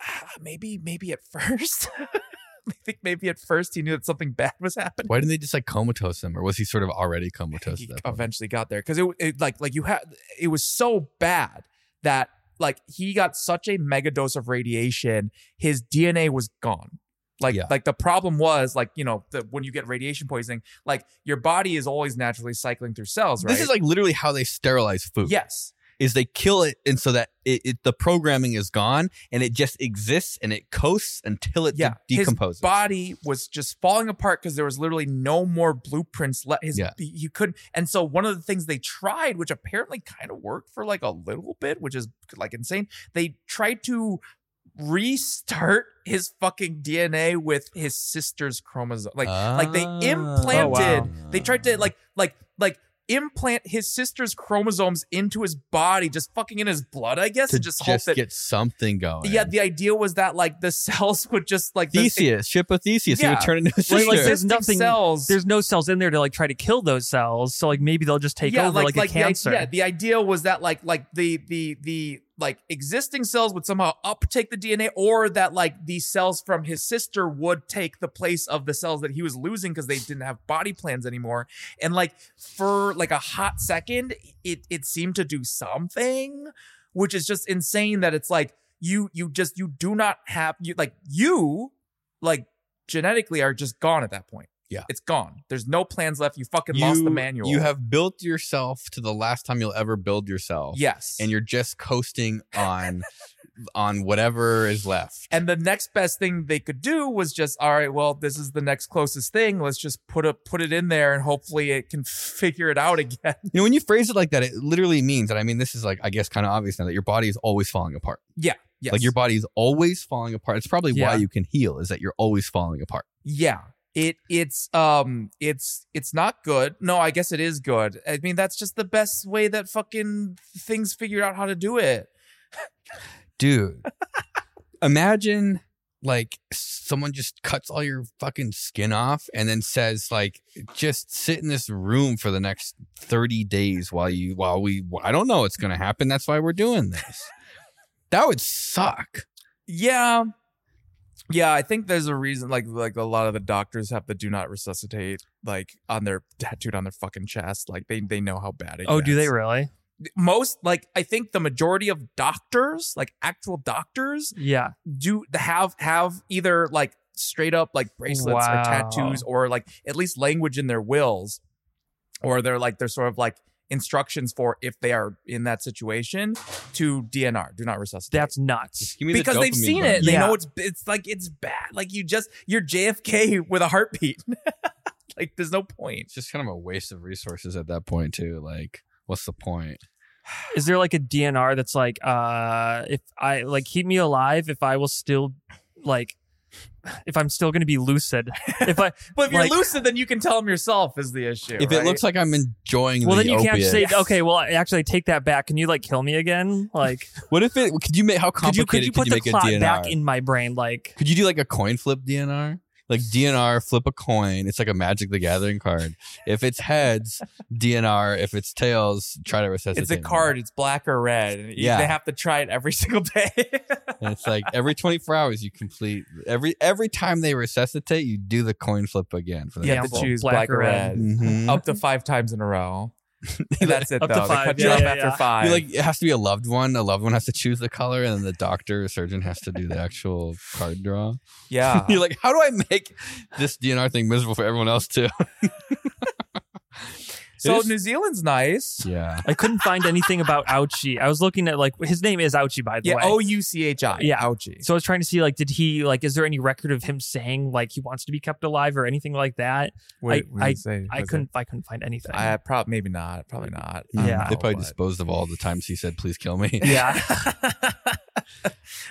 Ah, maybe maybe at first i think maybe at first he knew that something bad was happening Why didn't they just like comatose him, or was he sort of already comatose? he at that point? eventually got there because it, it like like you had it was so bad that like he got such a mega dose of radiation his dna was gone like Yeah. like the problem was like you know the, when you get radiation poisoning like your body is always naturally cycling through cells right This is like literally how they sterilize food. yes is they kill it, and so that it, it the programming is gone, and it just exists, and it coasts until it de- yeah His decomposes. body was just falling apart because there was literally no more blueprints left his Yeah. he, he couldn't and so one of the things they tried which apparently kind of worked for like a little bit which is like insane they tried to restart his fucking dna with his sister's chromosome like like they Ah. implanted they tried Uh. to like like like implant his sister's chromosomes into his body just fucking in his blood i guess to and just, just, hope that get something going. yeah the idea was that like the cells would just like the- Theseus, ship of Theseus, he Yeah. would turn into a Like- sister. like there's Existing nothing- cells There's no cells in there to like try to kill those cells. So like maybe they'll just take over like, a the, cancer. Yeah, the idea was that like like the the the like existing cells would somehow uptake the DNA, or that like the cells from his sister would take the place of the cells that he was losing because they didn't have body plans anymore. And like for like a hot second, it it seemed to do something, which is just insane that it's like you you just you do not have you like you like genetically are just gone at that point. Yeah. It's gone. There's no plans left. You fucking lost the manual. You have built yourself to the last time you'll ever build yourself. Yes. And you're just coasting on on whatever is left. and the next best thing they could do was just, all right, well, this is the next closest thing. Let's just put a put it in there and hopefully it can figure it out again. You know, when you phrase it like that, it literally means, and I mean this is like I guess kind of obvious now that your body is always falling apart. Yes. Like your body is always falling apart. It's probably Yeah. why you can heal, is that you're always falling apart. Yeah. It it's um it's it's not good. No, I guess it is good. I mean, that's just the best way that fucking things figured out how to do it. Dude. imagine like someone just cuts all your fucking skin off and then says like just sit in this room for the next 30 days while you while we I don't know what's going to happen that's why we're doing this. that would suck. Yeah. Yeah, I think there's a reason like like a lot of the doctors have the do not resuscitate like on their tattooed on their fucking chest. Like they they know how bad it oh, do gets. they really? most like I think the majority of doctors, like actual doctors, Yeah. do have have either like straight up like bracelets or Wow. tattoos or like at least language in their wills or they're like they're sort of like instructions for if they are in that situation to DNR, do not resuscitate. That's nuts. Give me the because they've dopamine seen rush. it. They Yeah. know it's it's like it's bad. Like you just you're JFK with a heartbeat. like there's no point. It's just kind of a waste of resources at that point too. Like what's the point? Is there like a DNR that's like, uh, if I like keep me alive, if I will still like, if I'm still going to be lucid, if I, But if you're Like- lucid, then you can tell them yourself is the issue. If it right? looks like I'm enjoying well, the then you can't opiate- say, okay, well, I- actually, I take that back. Can you like kill me again? Like, What if it could you make how could you could you complicated put could you, the clot make a DNR? back in my brain? Like, Could you do like a coin flip DNR? Like DNR, flip a coin. It's like a Magic the Gathering card. If it's heads, DNR. If it's tails, try to resuscitate. it's a me. card. It's black or red. and you- Yeah. they have to try it every single day. And it's like every 24 hours you complete every every time they resuscitate, you do the coin flip again for the You Mm-hmm. Yeah, have to well, choose black, black or or red. Mhm. Up to five times in a row. That's it, Up to though. They five, cut you yeah, off yeah, after yeah. five. You, like it has to be a loved one. A loved one has to choose the color, and then the doctor or surgeon has to do the actual card draw. yeah. You're like, how do I make this DNR thing miserable for everyone else too? so is- New Zealand's nice. Yeah. I couldn't find anything about Ouchie. I was looking at like his name is Ouchie by the Yeah. way. O U C H I. Yeah. Ouchie. So I was trying to see like did he like is there any record of him saying like he wants to be kept alive or anything like that? Wait, I- what did it say? I Was it- couldn't I couldn't find anything. I probably maybe not. Probably not. I don't Yeah. know, They probably but- disposed of all the times he said, "Please kill me." yeah.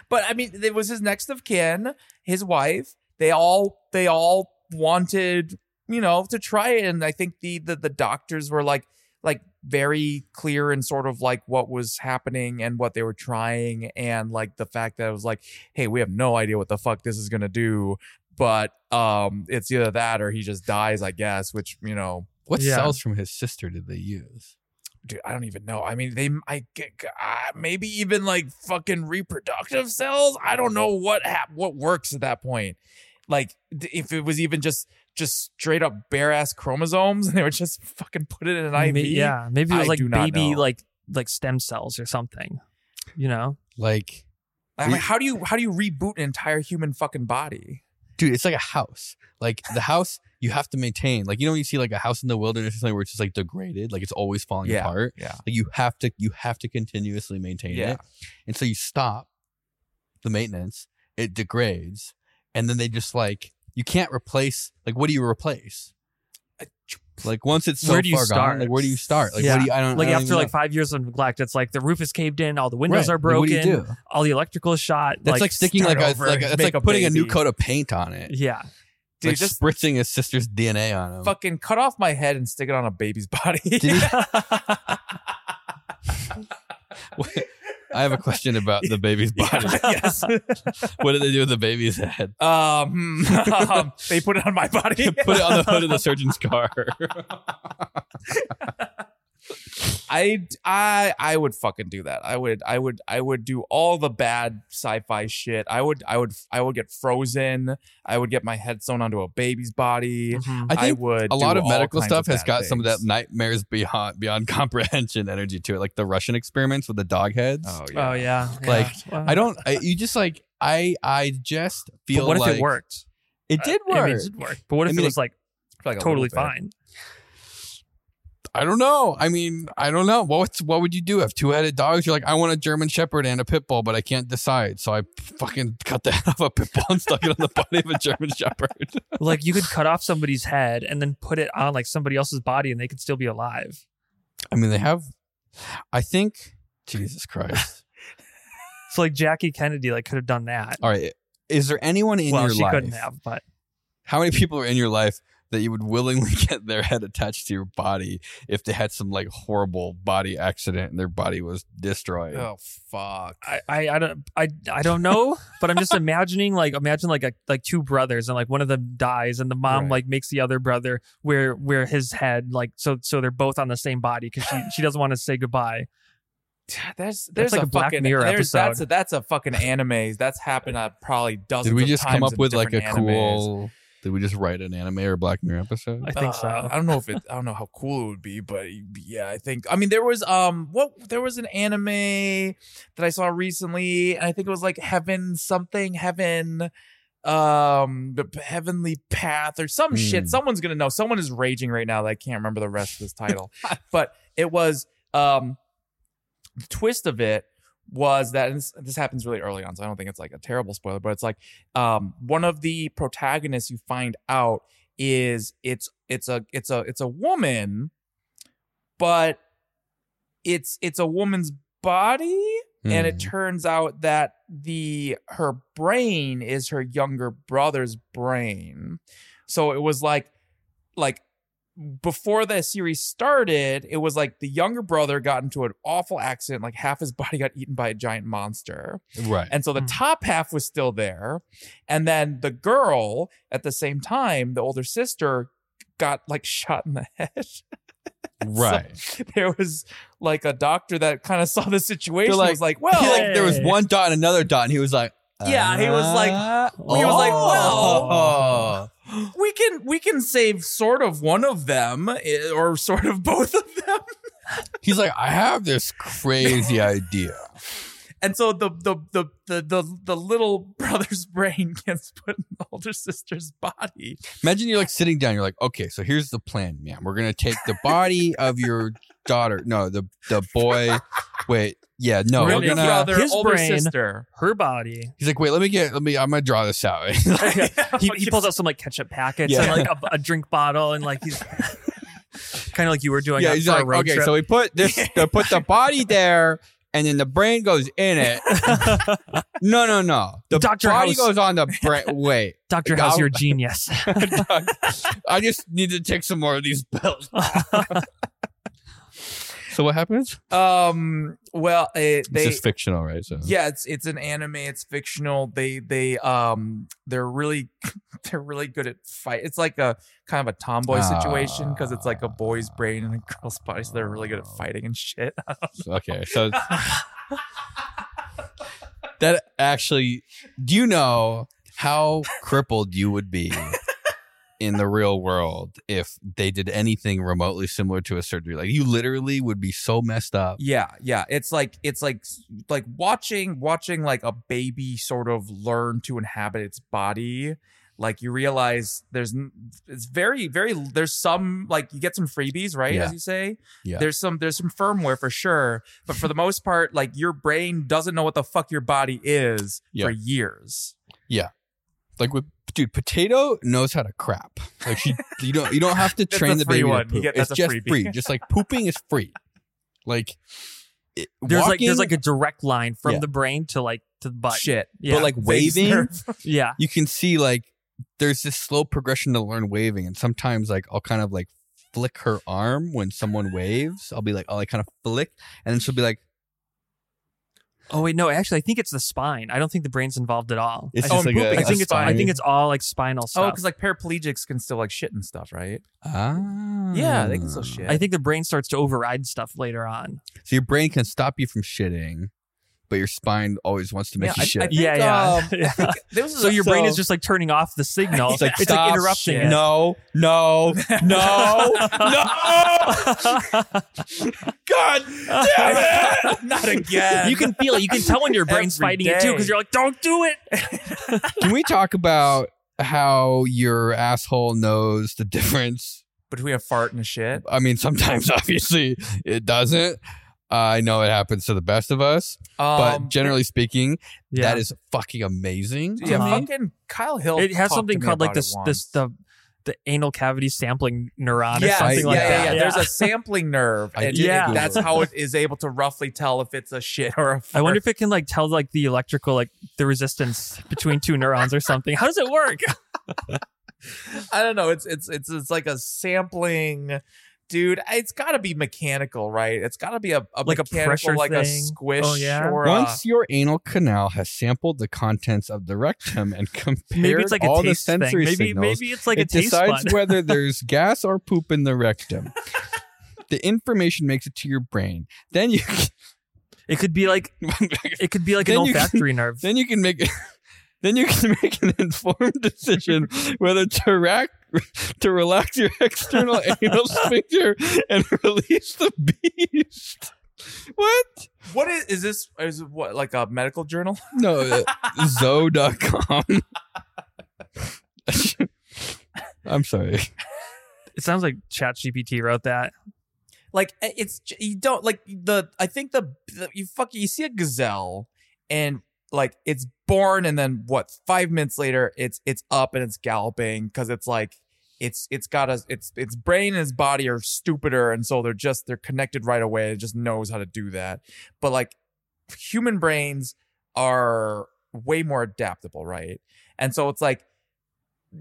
but I mean, it was his next of kin, his wife. They all they all wanted, you know, to try it, and I think the the, the doctors were like like very clear and sort of like what was happening and what they were trying and like the fact that it was like hey we have no idea what the fuck this is gonna do but um it's either that or he just dies i guess which you know What Yeah. cells from his sister did they use? dude, I don't even know. I mean, they, I, uh, maybe even like fucking reproductive cells. I don't know what hap- what works at that point. Like, d- if it was even just just straight up bare ass chromosomes, and they would just fucking put it in an IV. Maybe- yeah, maybe it was I do like not baby know. like like stem cells or something. You know? Like, I mean, how do you how do you reboot an entire human fucking body? dude, it's like a house. Like the house you have to maintain. Like you know when you see like a house in the wilderness or something where it's just like degraded, like it's always falling Yeah. apart. Yeah. Like you have to you have to continuously maintain Yeah. it. And so you stop the maintenance, it degrades, and then they just like you can't replace like what do you replace? Like once it's so Uh, Where do you far gone, start? like where do you start? Like what Yeah. do you I don't Like I don't after even like know. five years of neglect, it's like the roof is caved in, all the windows Right. are Like, what do broken, you do? all the electrical is shot. That's like, sticking like start a over, like a, it's make like a putting a new baby. coat of paint on it. yeah. Dude, like just spritzing his sister's DNA on him. fucking cut off my head and stick it on a baby's body. I have a question about the baby's body. yes. what did they do with the baby's head? Um, um, they put it on my body. Put it on the hood of the surgeon's car. I I I would fucking do that. I would I would I would do all the bad sci-fi shit. I would I would I would get frozen. I would get my head sewn onto a baby's body. Mhm. I I, think would a lot do of all medical kinds stuff of has bad got some of that things. nightmares beyond beyond comprehension energy to it, like the Russian experiments with the dog heads. Oh yeah. Like, yeah. I don't. I, you just like I. I just feel But what like if it worked? It did I work. mean, it did work. But what I if mean, it was like Like a totally little bit. fine? I don't know. I mean, I don't know. What's what would you do if two headed dogs? You're like, I want a German Shepherd and a pit bull, but I can't decide. So I fucking cut the head off a pit bull and stuck it on the body of a German Shepherd. like you could cut off somebody's head and then put it on like somebody else's body and they could still be alive. I mean, they have. I think Jesus Christ. So like Jackie Kennedy like could have done that. All right, is there anyone in well, your she life? couldn't have, but How many people are in your life that you would willingly get their head attached to your body if they had some like horrible body accident and their body was destroyed? Oh fuck. I, I, I don't I, I don't know, but I'm just imagining like imagine like a, like two brothers and like one of them dies and the mom Right. like makes the other brother wear wear his head like so so they're both on the same body because she she doesn't want to say goodbye. There's there's like a, a Black fucking Mirror there's, That's episode. a, that's a fucking anime. That's happened uh, probably dozens. Did we of just times come up in with like a different animes. cool? Did we just write an anime or Black Mirror episode? I think so. Uh-huh. Uh, I don't know if it. I don't know how cool it would be, but yeah, I think. I mean, there was um, what there was an anime that I saw recently, and I think it was like Heaven something, Heaven, um, the p- Heavenly Path or some shit. Hmm. Someone's gonna know. Someone is raging right now. That I can't remember the rest of this title, but it was um, the twist of it was that and this, this happens really early on, so I don't think it's like a terrible spoiler, but it's like um, one of the protagonists you find out is it's it's a it's a it's a woman, but it's it's a woman's body, and it Hmm. turns out that the her brain is her younger brother's brain, so it was like like before the series started, it was like the younger brother got into an awful accident, like half his body got eaten by a giant monster. Hmm. right. And so the Hmm. top half was still there. And then the girl at the same time, the older sister, got like shot in the head. Right. there was like a doctor that kind of saw the situation. like- was like, He, well, like, there was one dot and another dot, and he was like, Yeah, he was like- uh, he was like, oh. we can we can save sort of one of them eh, or sort of both of them. He's like, I have this crazy idea. And so the the the the the, the little brother's brain gets put in the older sister's body. Imagine you're like sitting down. You're like, okay, so here's the plan, man. We're gonna take the body of your daughter. No, the the boy. Wait, yeah, no, Oh, We're we're Really? gonna- gonna. brother, His older brain- sister. Her body. He's like, wait, let me get, let me, I'm gonna draw this out. he, he pulls out some like ketchup packets Yeah. and like a, a drink bottle and like he's kind of like you were doing yeah, up he's for a like, road okay, trip. so we put this, they put the body there, and then the brain goes in it. no, no, no, the Dr. body House. goes on the brain. Wait, Dr. House, I'll- you're a genius. I just need to take some more of these pills. so what happens? Um. Well, eh, This they is fictional, right? So yeah it's it's an anime it's fictional they they um they're really they're really good at fight it's like a kind of a tomboy situation because it's like a boy's brain and a girl's body so they're really good at fighting and shit Okay, so that actually, do you know how crippled you would be in the real world if they did anything remotely similar to a surgery? Like you literally would be so messed up. yeah yeah it's like it's like like watching watching like a baby sort of learn to inhabit its body like you realize there's n- it's very very there's some like you get some freebies right Yeah. as you say Yeah. There's some there's some firmware for sure, but for the most part, like your brain doesn't know what the fuck your body is Yeah. for years. Like with dude, potato knows how to crap. Like she, you don't you don't have to That's train a the free baby one. to You poop. get- it's that's a just freebie. free. Just like pooping is free. Like it, there's like there's walking- like a direct line from Yeah. the brain to like to the butt. Shit. Yeah. but like Vagus waving. nerve. yeah. you can see like there's this slow progression to learn waving and sometimes like i'll kind of like flick her arm when someone waves i'll be like i'll like kind of flick and then she'll be like Oh wait, no, actually I think it's the spine. I don't think the brain's involved at all. it's I, just Oh, like a, pooping. like I a think it's I spine. think it's all like spinal stuff. Oh, because like paraplegics can still like shit and stuff, right? Hmm. ah. Yeah, they can still shit. I think the brain starts to override stuff later on. so your brain can stop you from shitting but your spine always wants to make Yeah, you shit I think, yeah, yeah. um, Yeah. There was So your brain is so- just like turning off the signal. it's like, stop interrupting shit. it. No, no, no, no. God damn it. not again. you can feel it. You can tell when your brain's Every fighting it too, day. because you're like, "Don't do it." Can we talk about how your asshole knows the difference? between a fart and a shit. I mean, sometimes obviously it doesn't. I know it happens to the best of us, but Um, generally speaking, Yeah. that is fucking amazing. to yeah, me. fucking Kyle Hill. it has talked something to me called like about it this once. this the the anal cavity sampling neuron or Yes, something like yeah, that. Yeah, yeah. There's a sampling nerve, I and did yeah. Google that's it. how it is able to roughly tell if it's a shit or a. I Fart. wonder if it can like tell like the electrical like the resistance between two neurons or something. How does it work? I don't know. It's it's it's it's like a sampling, dude. It's got to be mechanical, right? It's got to be a, a Like a mechanical, pressure like a thing. squish Oh, yeah. or Once your anal canal has sampled the contents of the rectum and compared Maybe it's like a all the taste thing. sensory Maybe signals, maybe it's like it a taste decides bud. whether there's gas or poop in the rectum. the information makes it to your brain. Then you It could be like can, it could be like an Then you can- olfactory nerve. then you can make then you can make an informed decision whether to rack to relax your external anal sphincter and release the beast. What? a. What is is this? Is it what like a medical journal? No, uh, Zoe.com. I'm sorry. It sounds like ChatGPT wrote that. Like eh, it's j- you don't like the. I think the, the you fuck you see a gazelle and like it's born and then what five minutes later it's it's up and it's galloping because it's like it's it's got a it's its brain and its body are stupider and so they're just they're connected right away it just knows how to do that but like human brains are way more adaptable right and so it's like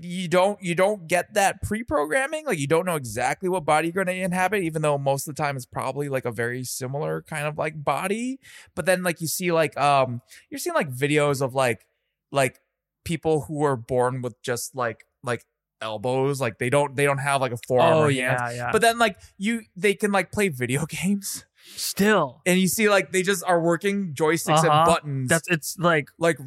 you don't you don't get that pre-programming like you don't know exactly what body you're going to inhabit even though most of the time it's probably like a very similar kind of like body but then like you see like um you're seeing like videos of like like people who are born with just like like elbows. Like they don't they don't have like a forearm. oh or hands. yeah, yeah. But then like you they can like play video games. still, And you see like they just are working joysticks Uh-huh. and buttons that's it's like like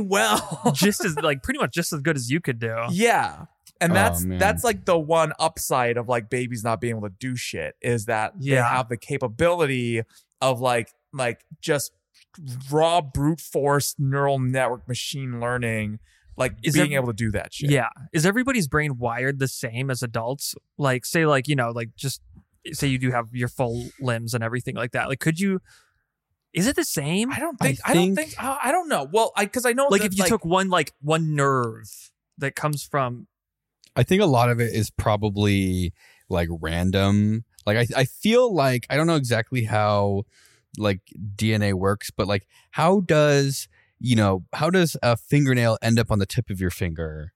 well. just as like pretty much just as good as you could do. yeah. And Oh, that's man. that's like the one upside of like babies not being able to do shit is that they Yeah. have the capability of like like just raw brute force neural network machine learning like Is being there- able to do that shit. Yeah. Is everybody's brain wired the same as adults? Like, say, like, you know, like just say you do have your full limbs and everything like that. Like, could you, is it the same? I don't I think I, don't think- think I, I don't know. Well, I cuz I know Like, that, if you took one, like, one nerve that comes from, I think a lot of it is probably like random. Like I, I feel like I don't know exactly how like DNA works, but like how does you know how does a fingernail end up on the tip of your finger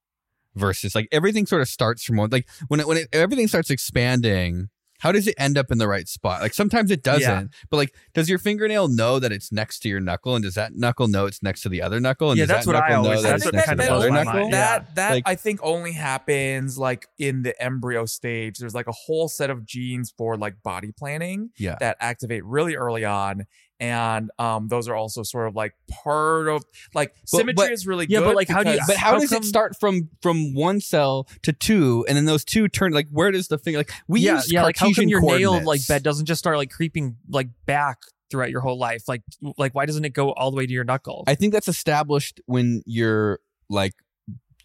versus like everything sort of starts from one like when it, when it, everything starts expanding. How does it end up in the right spot? Like sometimes it doesn't, but like does your fingernail know that it's next to your knuckle, and does that knuckle know it's next to the other knuckle? And Yeah, that's does that what I knuckle know always- that that's it's what next to kinda the blows other my knuckle? mind. That that Like- I think only happens like in the embryo stage. There's like a whole set of genes for like body planning Yeah. that activate really early on, and um, those are also sort of like part of like symmetry but- is really Yeah, good. but, like, how do you- because- But how, How does come- it start from from one cell to two, and then those two turn like where does the finger like we yeah, use yeah, like, how come Cartesian your nail, like, coordinates. bed doesn't just start, like, creeping, like, back throughout your whole life? Like, like, why doesn't it go all the way to your knuckle? I think that's established when you're like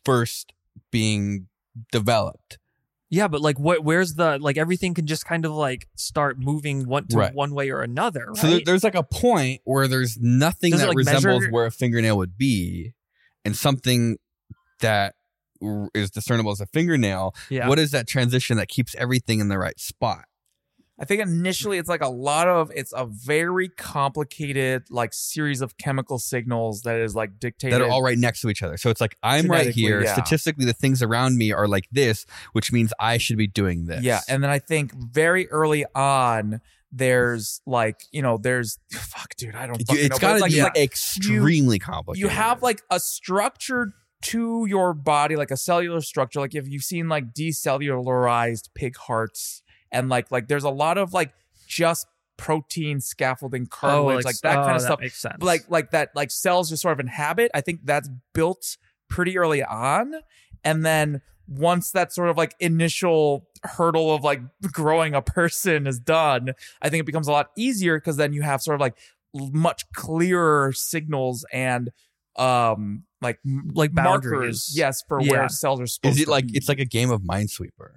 first being developed. yeah, but, like, what, where's the, like, everything can just kind of, like, start moving one to Right. one way or another, right? So there, there's like a point where there's nothing Does it, that like, resembles measure- where a fingernail would be, and something that r- is discernible as a fingernail. yeah. What is that transition that keeps everything in the right spot? I think initially it's like a lot of it's a very complicated like series of chemical signals that is like dictated. that are all right next to each other. So it's like I'm right Genetically, here. yeah. Statistically, the things around me are like this, which means I should be doing this. Yeah, and then I think very early on there's like you know there's fuck dude I don't It- fucking know, it's but got to like, be like extremely complicated. you have like a structure to your body like a cellular structure like if you've seen like decellularized pig hearts and like like there's a lot of like just protein scaffolding cartilage like, that oh, kind of stuff Makes sense. like like that like cells just sort of inhabit i think that's built pretty early on and then once that sort of like initial hurdle of like growing a person is done i think it becomes a lot easier because then you have sort of like l- much clearer signals and um like m- like boundaries. markers yes for Yeah. where cells are supposed Is it to like be. it's like a game of Minesweeper?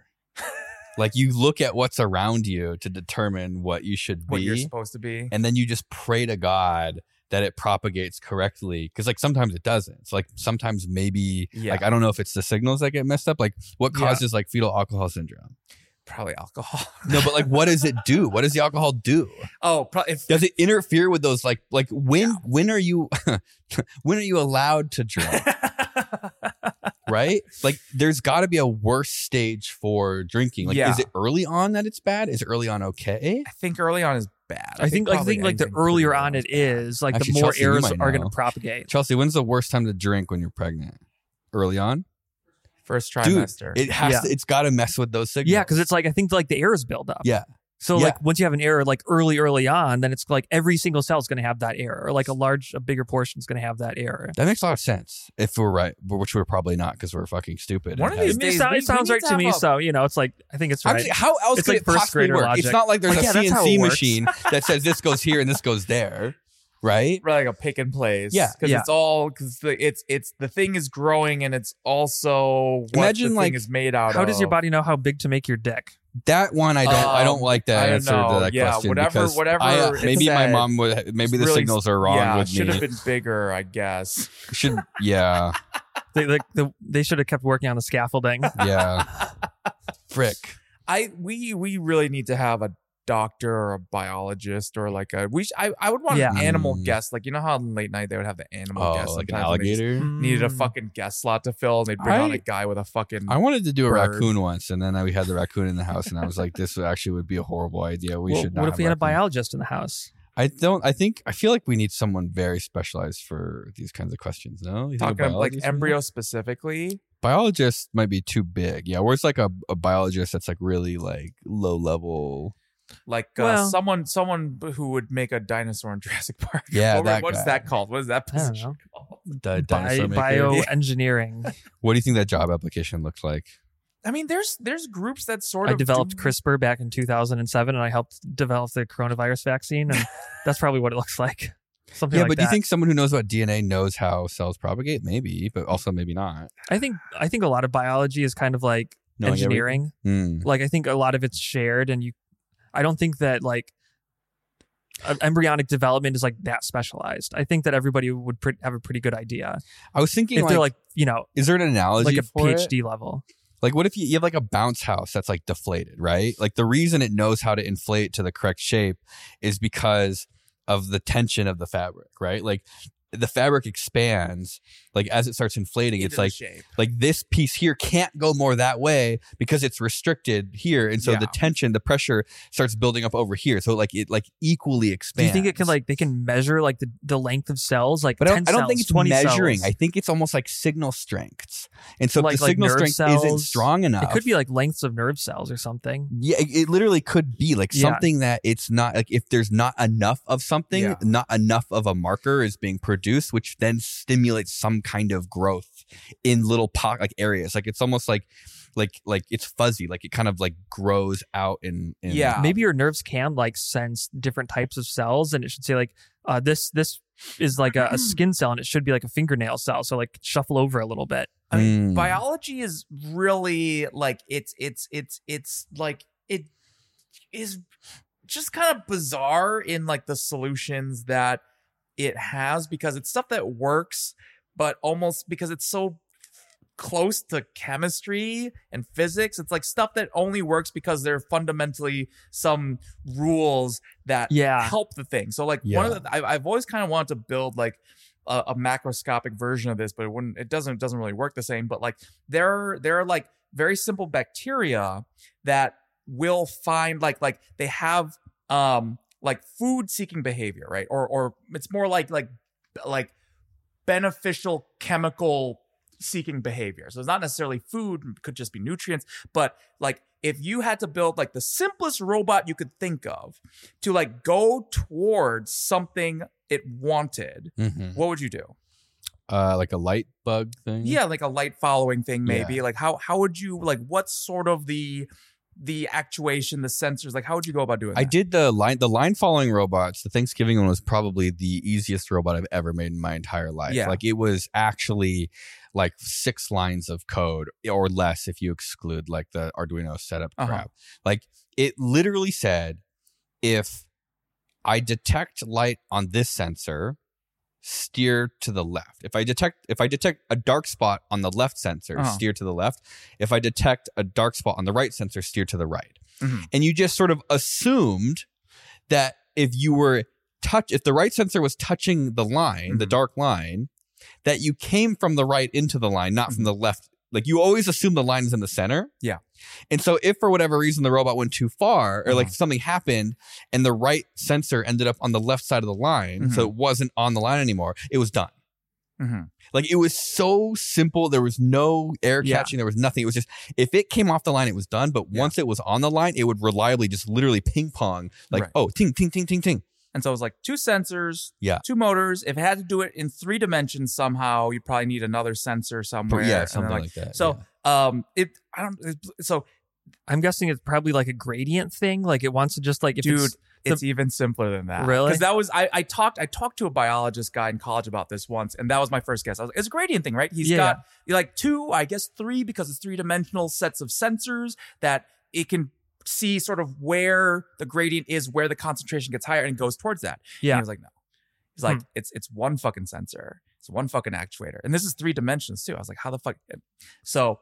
like you look at what's around you to determine what you should what you're be, supposed to be and then you just pray to God that it propagates correctly. Because like sometimes it doesn't. It's like sometimes maybe Yeah. like I don't know if it's the signals that get messed up. Like what Yeah. causes like fetal alcohol syndrome? probably alcohol No, but like what does it do? What does the alcohol do? oh probably if does it interfere with those like like when when are you when are you allowed to drink right like there's got to be a worse stage for drinking like Yeah. is it early on that it's bad is early on okay i think early on is bad I think like I probably think like the anything earlier pretty on early it is, like Actually, the more Chelsea, you errors might are going to know. propagate. chelsea when's the worst time to drink when you're pregnant early on first Dude, trimester it has Yeah. to, it's got to mess with those signals Yeah, because it's like I think like the errors build up. Yeah. So Yeah. like once you have an error like early early on, then it's like every single cell is going to have that error, or like a large a bigger portion is going to have that error. that makes a lot of sense if we're right but which we're probably not because we're fucking stupid One and of these have- I mean, it, days, sou- we- it we sounds need right to to me. have a- So you know, it's like I think it's right. I'm just- how else It's could like it first possibly grader work? logic. It's not like there's Like, a yeah, that's how CNC it works. machine that says this goes here and this goes there, right? Right, like a pick and place. Yeah. because Yeah. it's all because it's it's the thing is growing and it's also what Imagine, the like, thing is made out of. how Oh. does your body know how big to make your dick? That one I don't I don't Um, like that I don't answer know. to that Yeah, question. whatever- because whatever I, uh, it maybe my said mom would maybe the really- signals are wrong yeah, with should me. have been bigger, I guess. Should yeah They like the, they should have kept working on the scaffolding. yeah. Frick. I we we really need to have a doctor or a biologist or like a we sh- I I would want an Yeah. animal Mm. guest like you know how on late night they would have the animal Oh, guest like an sometimes when they just alligator. needed a Mm. fucking guest slot to fill and they'd bring on I- a guy with a fucking I wanted to do a Bird. raccoon once, and then we had the raccoon in the house, and I was like, "This would actually would be a horrible idea. We Well, should not." what if have we had a raccoon." biologist in the house? I don't. I think. I feel like we need someone very specialized for these kinds of questions. No, You think a Talking about like biologist or embryo something? specifically. Biologist might be too big. Yeah, where it's like a, a biologist that's like really like low level. Like uh, Well- someone someone who would make a dinosaur in Jurassic Park. Yeah, What- that what's guy. that called? What is that I don't position called? Bi- Di- dinosaur maker. bioengineering. What do you think that job application looked like? I mean, there's there's groups that sort I of developed do- CRISPR back in 2007, and I helped develop the coronavirus vaccine, and that's probably what it looks like. Something yeah, like but that. do you think someone who knows about DNA knows how cells propagate? Maybe, but also maybe not. I think I think a lot of biology is kind of like Knowing every- engineering. Hmm. like I think a lot of it's shared, and you, I don't think that like uh, embryonic development is like that specialized. I think that everybody would pre- have a pretty good idea I was thinking if like, they're like you know is there an analogy like a for it? PhD level. Like, what if you, you have like a bounce house that's like deflated, right? Like, the reason it knows how to inflate to the correct shape is because of the tension of the fabric, right? Like, the fabric expands, like, as it starts inflating, into it's the like, shape. like this piece here can't go more that way because it's restricted here. And so Yeah. the tension, the pressure starts building up over here. So, like, it like equally Do expands. you think it can like they can measure like the, the length of cells? Like But I 10 don't, I don't think cells, it's 20 measuring. cells? I think it's almost like signal strengths. And so if Like- the like signal nerve strength isn't cells. strong enough. it could be like lengths of nerve cells or something. Yeah, it, it literally could be like Yeah. something that it's not like if there's not enough of something, Yeah. not enough of a marker is being produced, which then stimulates some kind of growth in little pocket like areas. Like it's almost like like like it's fuzzy, like it kind of like grows out in, in Yeah. Maybe your nerves can like sense different types of cells, and it should say like uh, this this is like a, a skin cell, and it should be like a fingernail cell. So like shuffle over a little bit. I mean, Mm. biology is really like it's it's it's it's like it is just kind of bizarre in like the solutions that it has because it's stuff that works, but almost because it's so close to chemistry and physics, it's like stuff that only works because there are fundamentally some rules that Yeah. help the thing. So like one of the I, I've always kind of wanted to build like a, a macroscopic version of this, but it wouldn't it doesn't it doesn't really work the same. But like there are there are like very simple bacteria that will find like like they have um like food seeking behavior, right? Or or it's more like like like beneficial chemical seeking behavior. So it's not necessarily food, it could just be nutrients, but like if you had to build like the simplest robot you could think of to like go towards something it wanted, Mhm. what would you do? uh, like a light bug thing. Yeah, like a light following thing maybe. Like how how would you like what's sort of the the actuation, the sensors, like how would you go about doing that? I did the line the line following robots. The Thanksgiving one was probably the easiest robot I've ever made in my entire life. Yeah. Like it was actually like six lines of code or less if you exclude like the Arduino setup Uh-huh. crap. Like it literally said if I detect light on this sensor, steer to the left. If I detect if I detect a dark spot on the left sensor, Uh-huh. steer to the left. If I detect a dark spot on the right sensor, steer to the right. Mhm. And you just sort of assumed that if you were touch if the right sensor was touching the line, the Mhm. dark line, that you came from the right into the line, not from the left. Like you always assume the line is in the center. Mm-hmm. Yeah. And so if for whatever reason the robot went too far or Uh-huh. like something happened and the right sensor ended up on the left side of the line, so Mm-hmm. it wasn't on the line anymore, it was done. Mhm. Like it was so simple. There was no air Yeah. catching. There was nothing. It was just if it came off the line, it was done. But Yeah. once it was on the line, it would reliably just literally ping pong, like Right. oh ting ting ting ting ting. And so it was like two sensors, Yeah. two motors. If it had to do it in three dimensions somehow, you'd probably need another sensor somewhere. yeah, and then, something like, like, that. So um it I don't it's- so I'm guessing it's probably like a gradient thing. Like it wants to just like if Dude, it's, The- it's even simpler than that. Really? Because that was I, I talked I talked to a biologist guy in college about this once, and that was my first guess. I was like, it's a gradient thing, right? He's Yeah, got like two, I guess three, because it's three dimensional sets of sensors that it can see sort of where the gradient is, where the concentration gets higher, and it goes towards that. And yeah, he was like, no. He's like, Hmm. it's it's one fucking sensor. It's one fucking actuator. And this is three dimensions too. I was like, how the fuck? So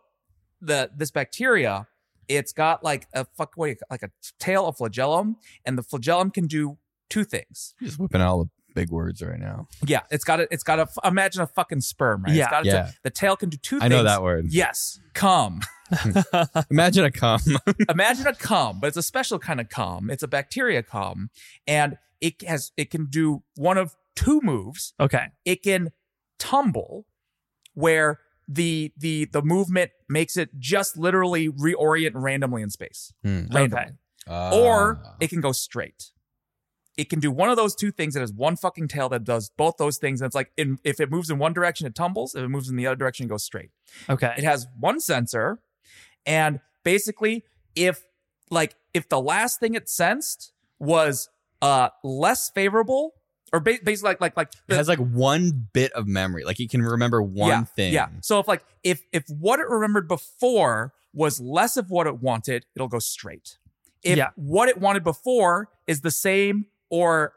the this bacteria, it's got like a fuck what do you, like a tail of flagellum, and the flagellum can do two things. You're just whipping out all the big words right now. Yeah, it's got a, it's got a imagine a fucking sperm, right? Yeah. It's got a, Yeah. The tail can do two I things. know that word. Yes, come. Imagine a cum. imagine a cum, but it's a special kind of cum. It's a bacteria cum, and it has it can do one of two moves. Okay. It can tumble, where the the the movement makes it just literally reorient randomly in space. Hmm. Randomly Okay. or Ah. it can go straight. It can do one of those two things. It has one fucking tail that does both those things. And it's like, in, if it moves in one direction, it tumbles. If it moves in the other direction, it goes straight. It Okay. has one sensor, and basically, if like if the last thing it sensed was uh less favorable, or ba- basically like like like it the- has like one bit of memory. Like it can remember one yeah, thing. Yeah. So if like if if what it remembered before was less of what it wanted, it'll go straight. If Yeah. what it wanted before is the same or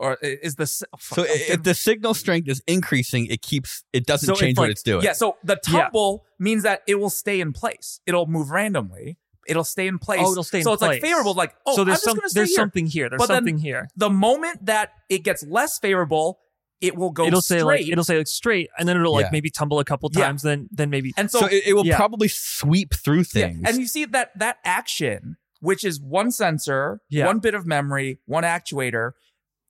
or uh, is the s- oh, So i- if the signal strength is increasing, it keeps it doesn't So if, change what like- it's doing. yeah, so the Yeah. tumble means that it will stay in place. It'll move randomly. It'll stay in place. Oh, it'll stay in so it's like place. favorable. Like oh, so I'm there's just some gonna stay there's here. something here. There's But then something here. The moment that it gets less favorable, it will go It'll straight. say like it'll say like straight, and then it'll Yeah. like maybe tumble a couple Yeah. times. Then then maybe and So, it, it will yeah. probably sweep through Yeah, things. And you see that that action, which is one sensor, Yeah. one bit of memory, one actuator,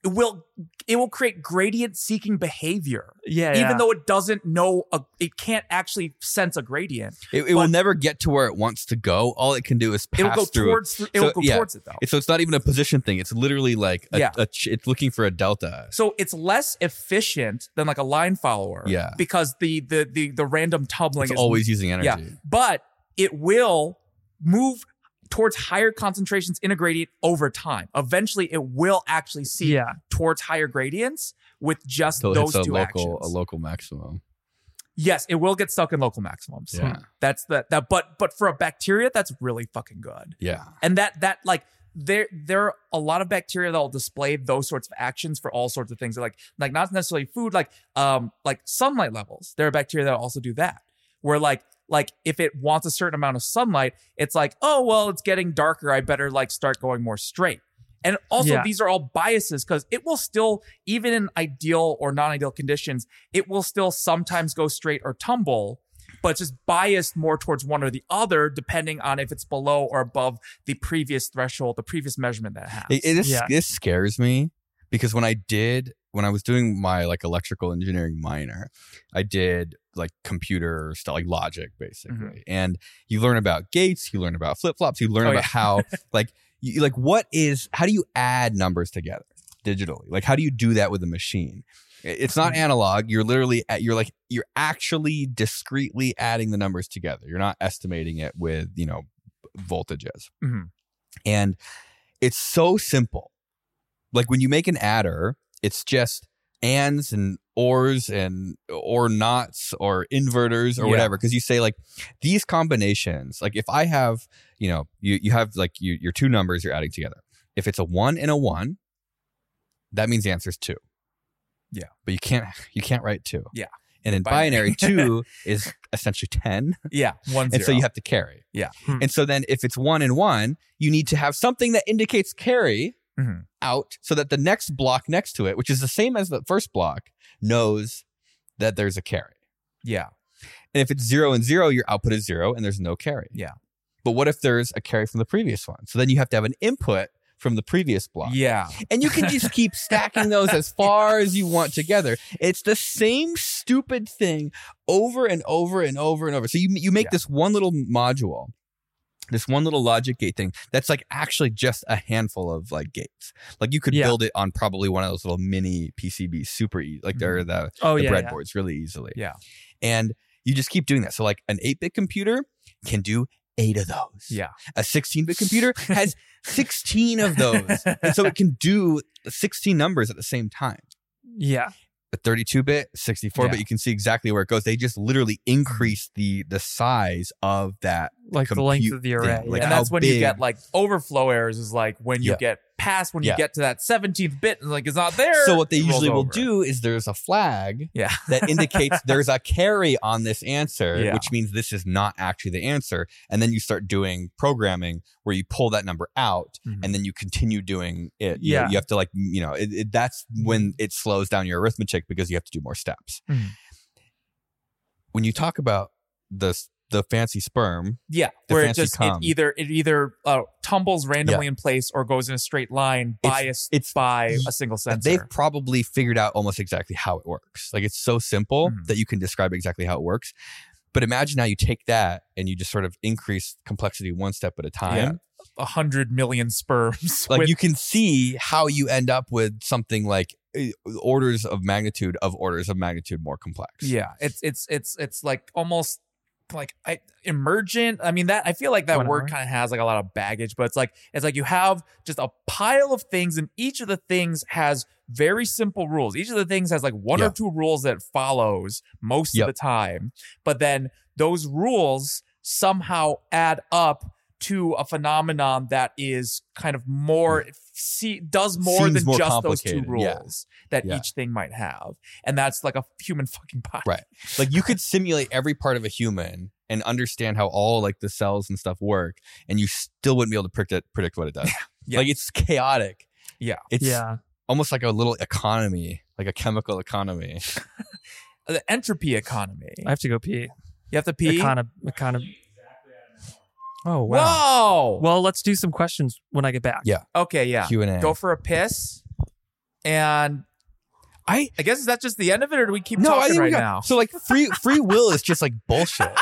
it will it will create gradient seeking behavior. yeah, yeah. Even though it doesn't know a, it can't actually sense a gradient. it it will but- never get to where it wants to go. All it can do is pass It'll go through. towards it So, will go yeah. towards it though. It- So it's not even a position thing. It's literally like a, Yeah. a ch- it's looking for a delta. so it's less efficient than like a line follower. Yeah. Because the the the the random tumbling It's is always using energy. yeah. but it will move towards higher concentrations in a gradient over time. Eventually, it will actually see Yeah. towards higher gradients with just So those it's a two local actions. a local maximum. yes, it will get stuck in local maximums. Yeah. That's the that but but for a bacteria, that's really fucking good. Yeah. And that that like there there are a lot of bacteria that'll display those sorts of actions for all sorts of things. Like like not necessarily food, like um like sunlight levels. There are bacteria that also do that. Where like like if it wants a certain amount of sunlight, it's like, oh well, it's getting darker. I better like start going more straight. And also Yeah. these are all biases because it will still, even in ideal or non-ideal conditions, it will still sometimes go straight or tumble but it's just biased more towards one or the other, depending on if it's below or above the previous threshold, the previous measurement that it has. It, it is, Yeah. This scares me because when I did, when I was doing my like electrical engineering minor, I did like computer stuff, like logic Mm-hmm. basically. And you learn about gates, you learn about flip flops, you learn Oh, about yeah. how, like, you, like what is, how do you add numbers together digitally? Like, how do you do that with a machine? I- It's not Mm-hmm. analog. You're literally at, you're like you're actually discreetly adding the numbers together. You're not estimating it with you know voltages. Mhm. And it's so simple. Like when you make an adder, it's just ands and ors and or nots or inverters or Yeah. whatever. Cause you say like these combinations, like if I have, you know, you, you have like you, your two numbers you're adding together. If it's a one and a one, that means the answer is two. Yeah. But you can't you can't write two. Yeah. And in binary, Binary. two is essentially ten yeah, one and zero. so you have to carry. Yeah. Hmm. And so then if it's one and one, you need to have something that indicates carry Mhm. out so that the next block next to it, which is the same as the first block, knows that there's a carry. yeah, And if it's zero and zero, your output is zero and there's no carry. Yeah. But what if there's a carry from the previous one? So then you have to have an input from the previous block. yeah, And you can just keep stacking those as far as you want together. It's the same stupid thing over and over and over and over. So you you make Yeah. this one little module, this one little logic gate thing that's like actually just a handful of like gates. Like you could Yeah. build it on probably one of those little mini PCBs, super easy. Like they're the, oh the yeah, yeah. breadboards really easily. Yeah. And you just keep doing that. So like an 8-bit computer can do eight of those yeah. a 16 bit computer has 16 of those. And so it can do 16 numbers at the same time. Yeah. A 32 bit, 64 bit, Yeah. Mm-hmm. you can see exactly where it goes. They just literally increase the the size of that. Like the length compute of the thing, array. like yeah. and that's how when you big- get like overflow errors. Is like when you Yeah. get past when Yeah. you get to that seventeenth bit, and like it's not there. So what they it rolls usually will over. do is there's a flag Yeah. that indicates there's a carry on this answer, Yeah. which means this is not actually the answer. And then you start doing programming where you pull that number out Mhm. and then you continue doing it. You know, Yeah. you have to like, m- you know, it, it, that's Mm-hmm. when it slows down your Mm-hmm. arithmetic because you have to do more steps. Mhm. When you talk about this the fancy sperm. Yeah, The where it fancy just it cum. either it either uh, tumbles randomly in place or goes in a straight line, It's- biased it's- by a single sensor. They've probably figured out almost exactly how it works. Like it's so simple Mhm. that you can describe exactly how it works. But imagine how you take that and you just sort of increase complexity one step at a time. Yeah. a hundred million sperms. Like with- you can see how you end up with something like eh, orders of magnitude of orders of magnitude more complex. yeah, it's it's it's it's like almost like I, emergent. I mean that I feel like that One word hour. kind of has like a lot of baggage, but it's like it's like you have just a pile of things, and each of the things has very simple rules. Each of the things has like one Yeah. or two rules that it follows most Yep. of the time, but then those rules somehow add up to a phenomenon that is kind of more see does more Hmm. Seems than more just those two complicated, yeah. rules that Yeah. each thing might have and that's like a human fucking body Right. like you could simulate every part of a human and understand how all like the cells and stuff work and you still wouldn't be able to predict predict what it does Yeah. like it's chaotic Yeah. it's yeah. almost like a little economy like a chemical economy the entropy economy I have to go pee. you have to pee Econo- econo- oh wow. wow Well, let's do some questions when I get back. Yeah. okay yeah q&a go for a piss and I- i guess is that just the end of it or do we keep talking think we right got- now so like free free will is just like bullshit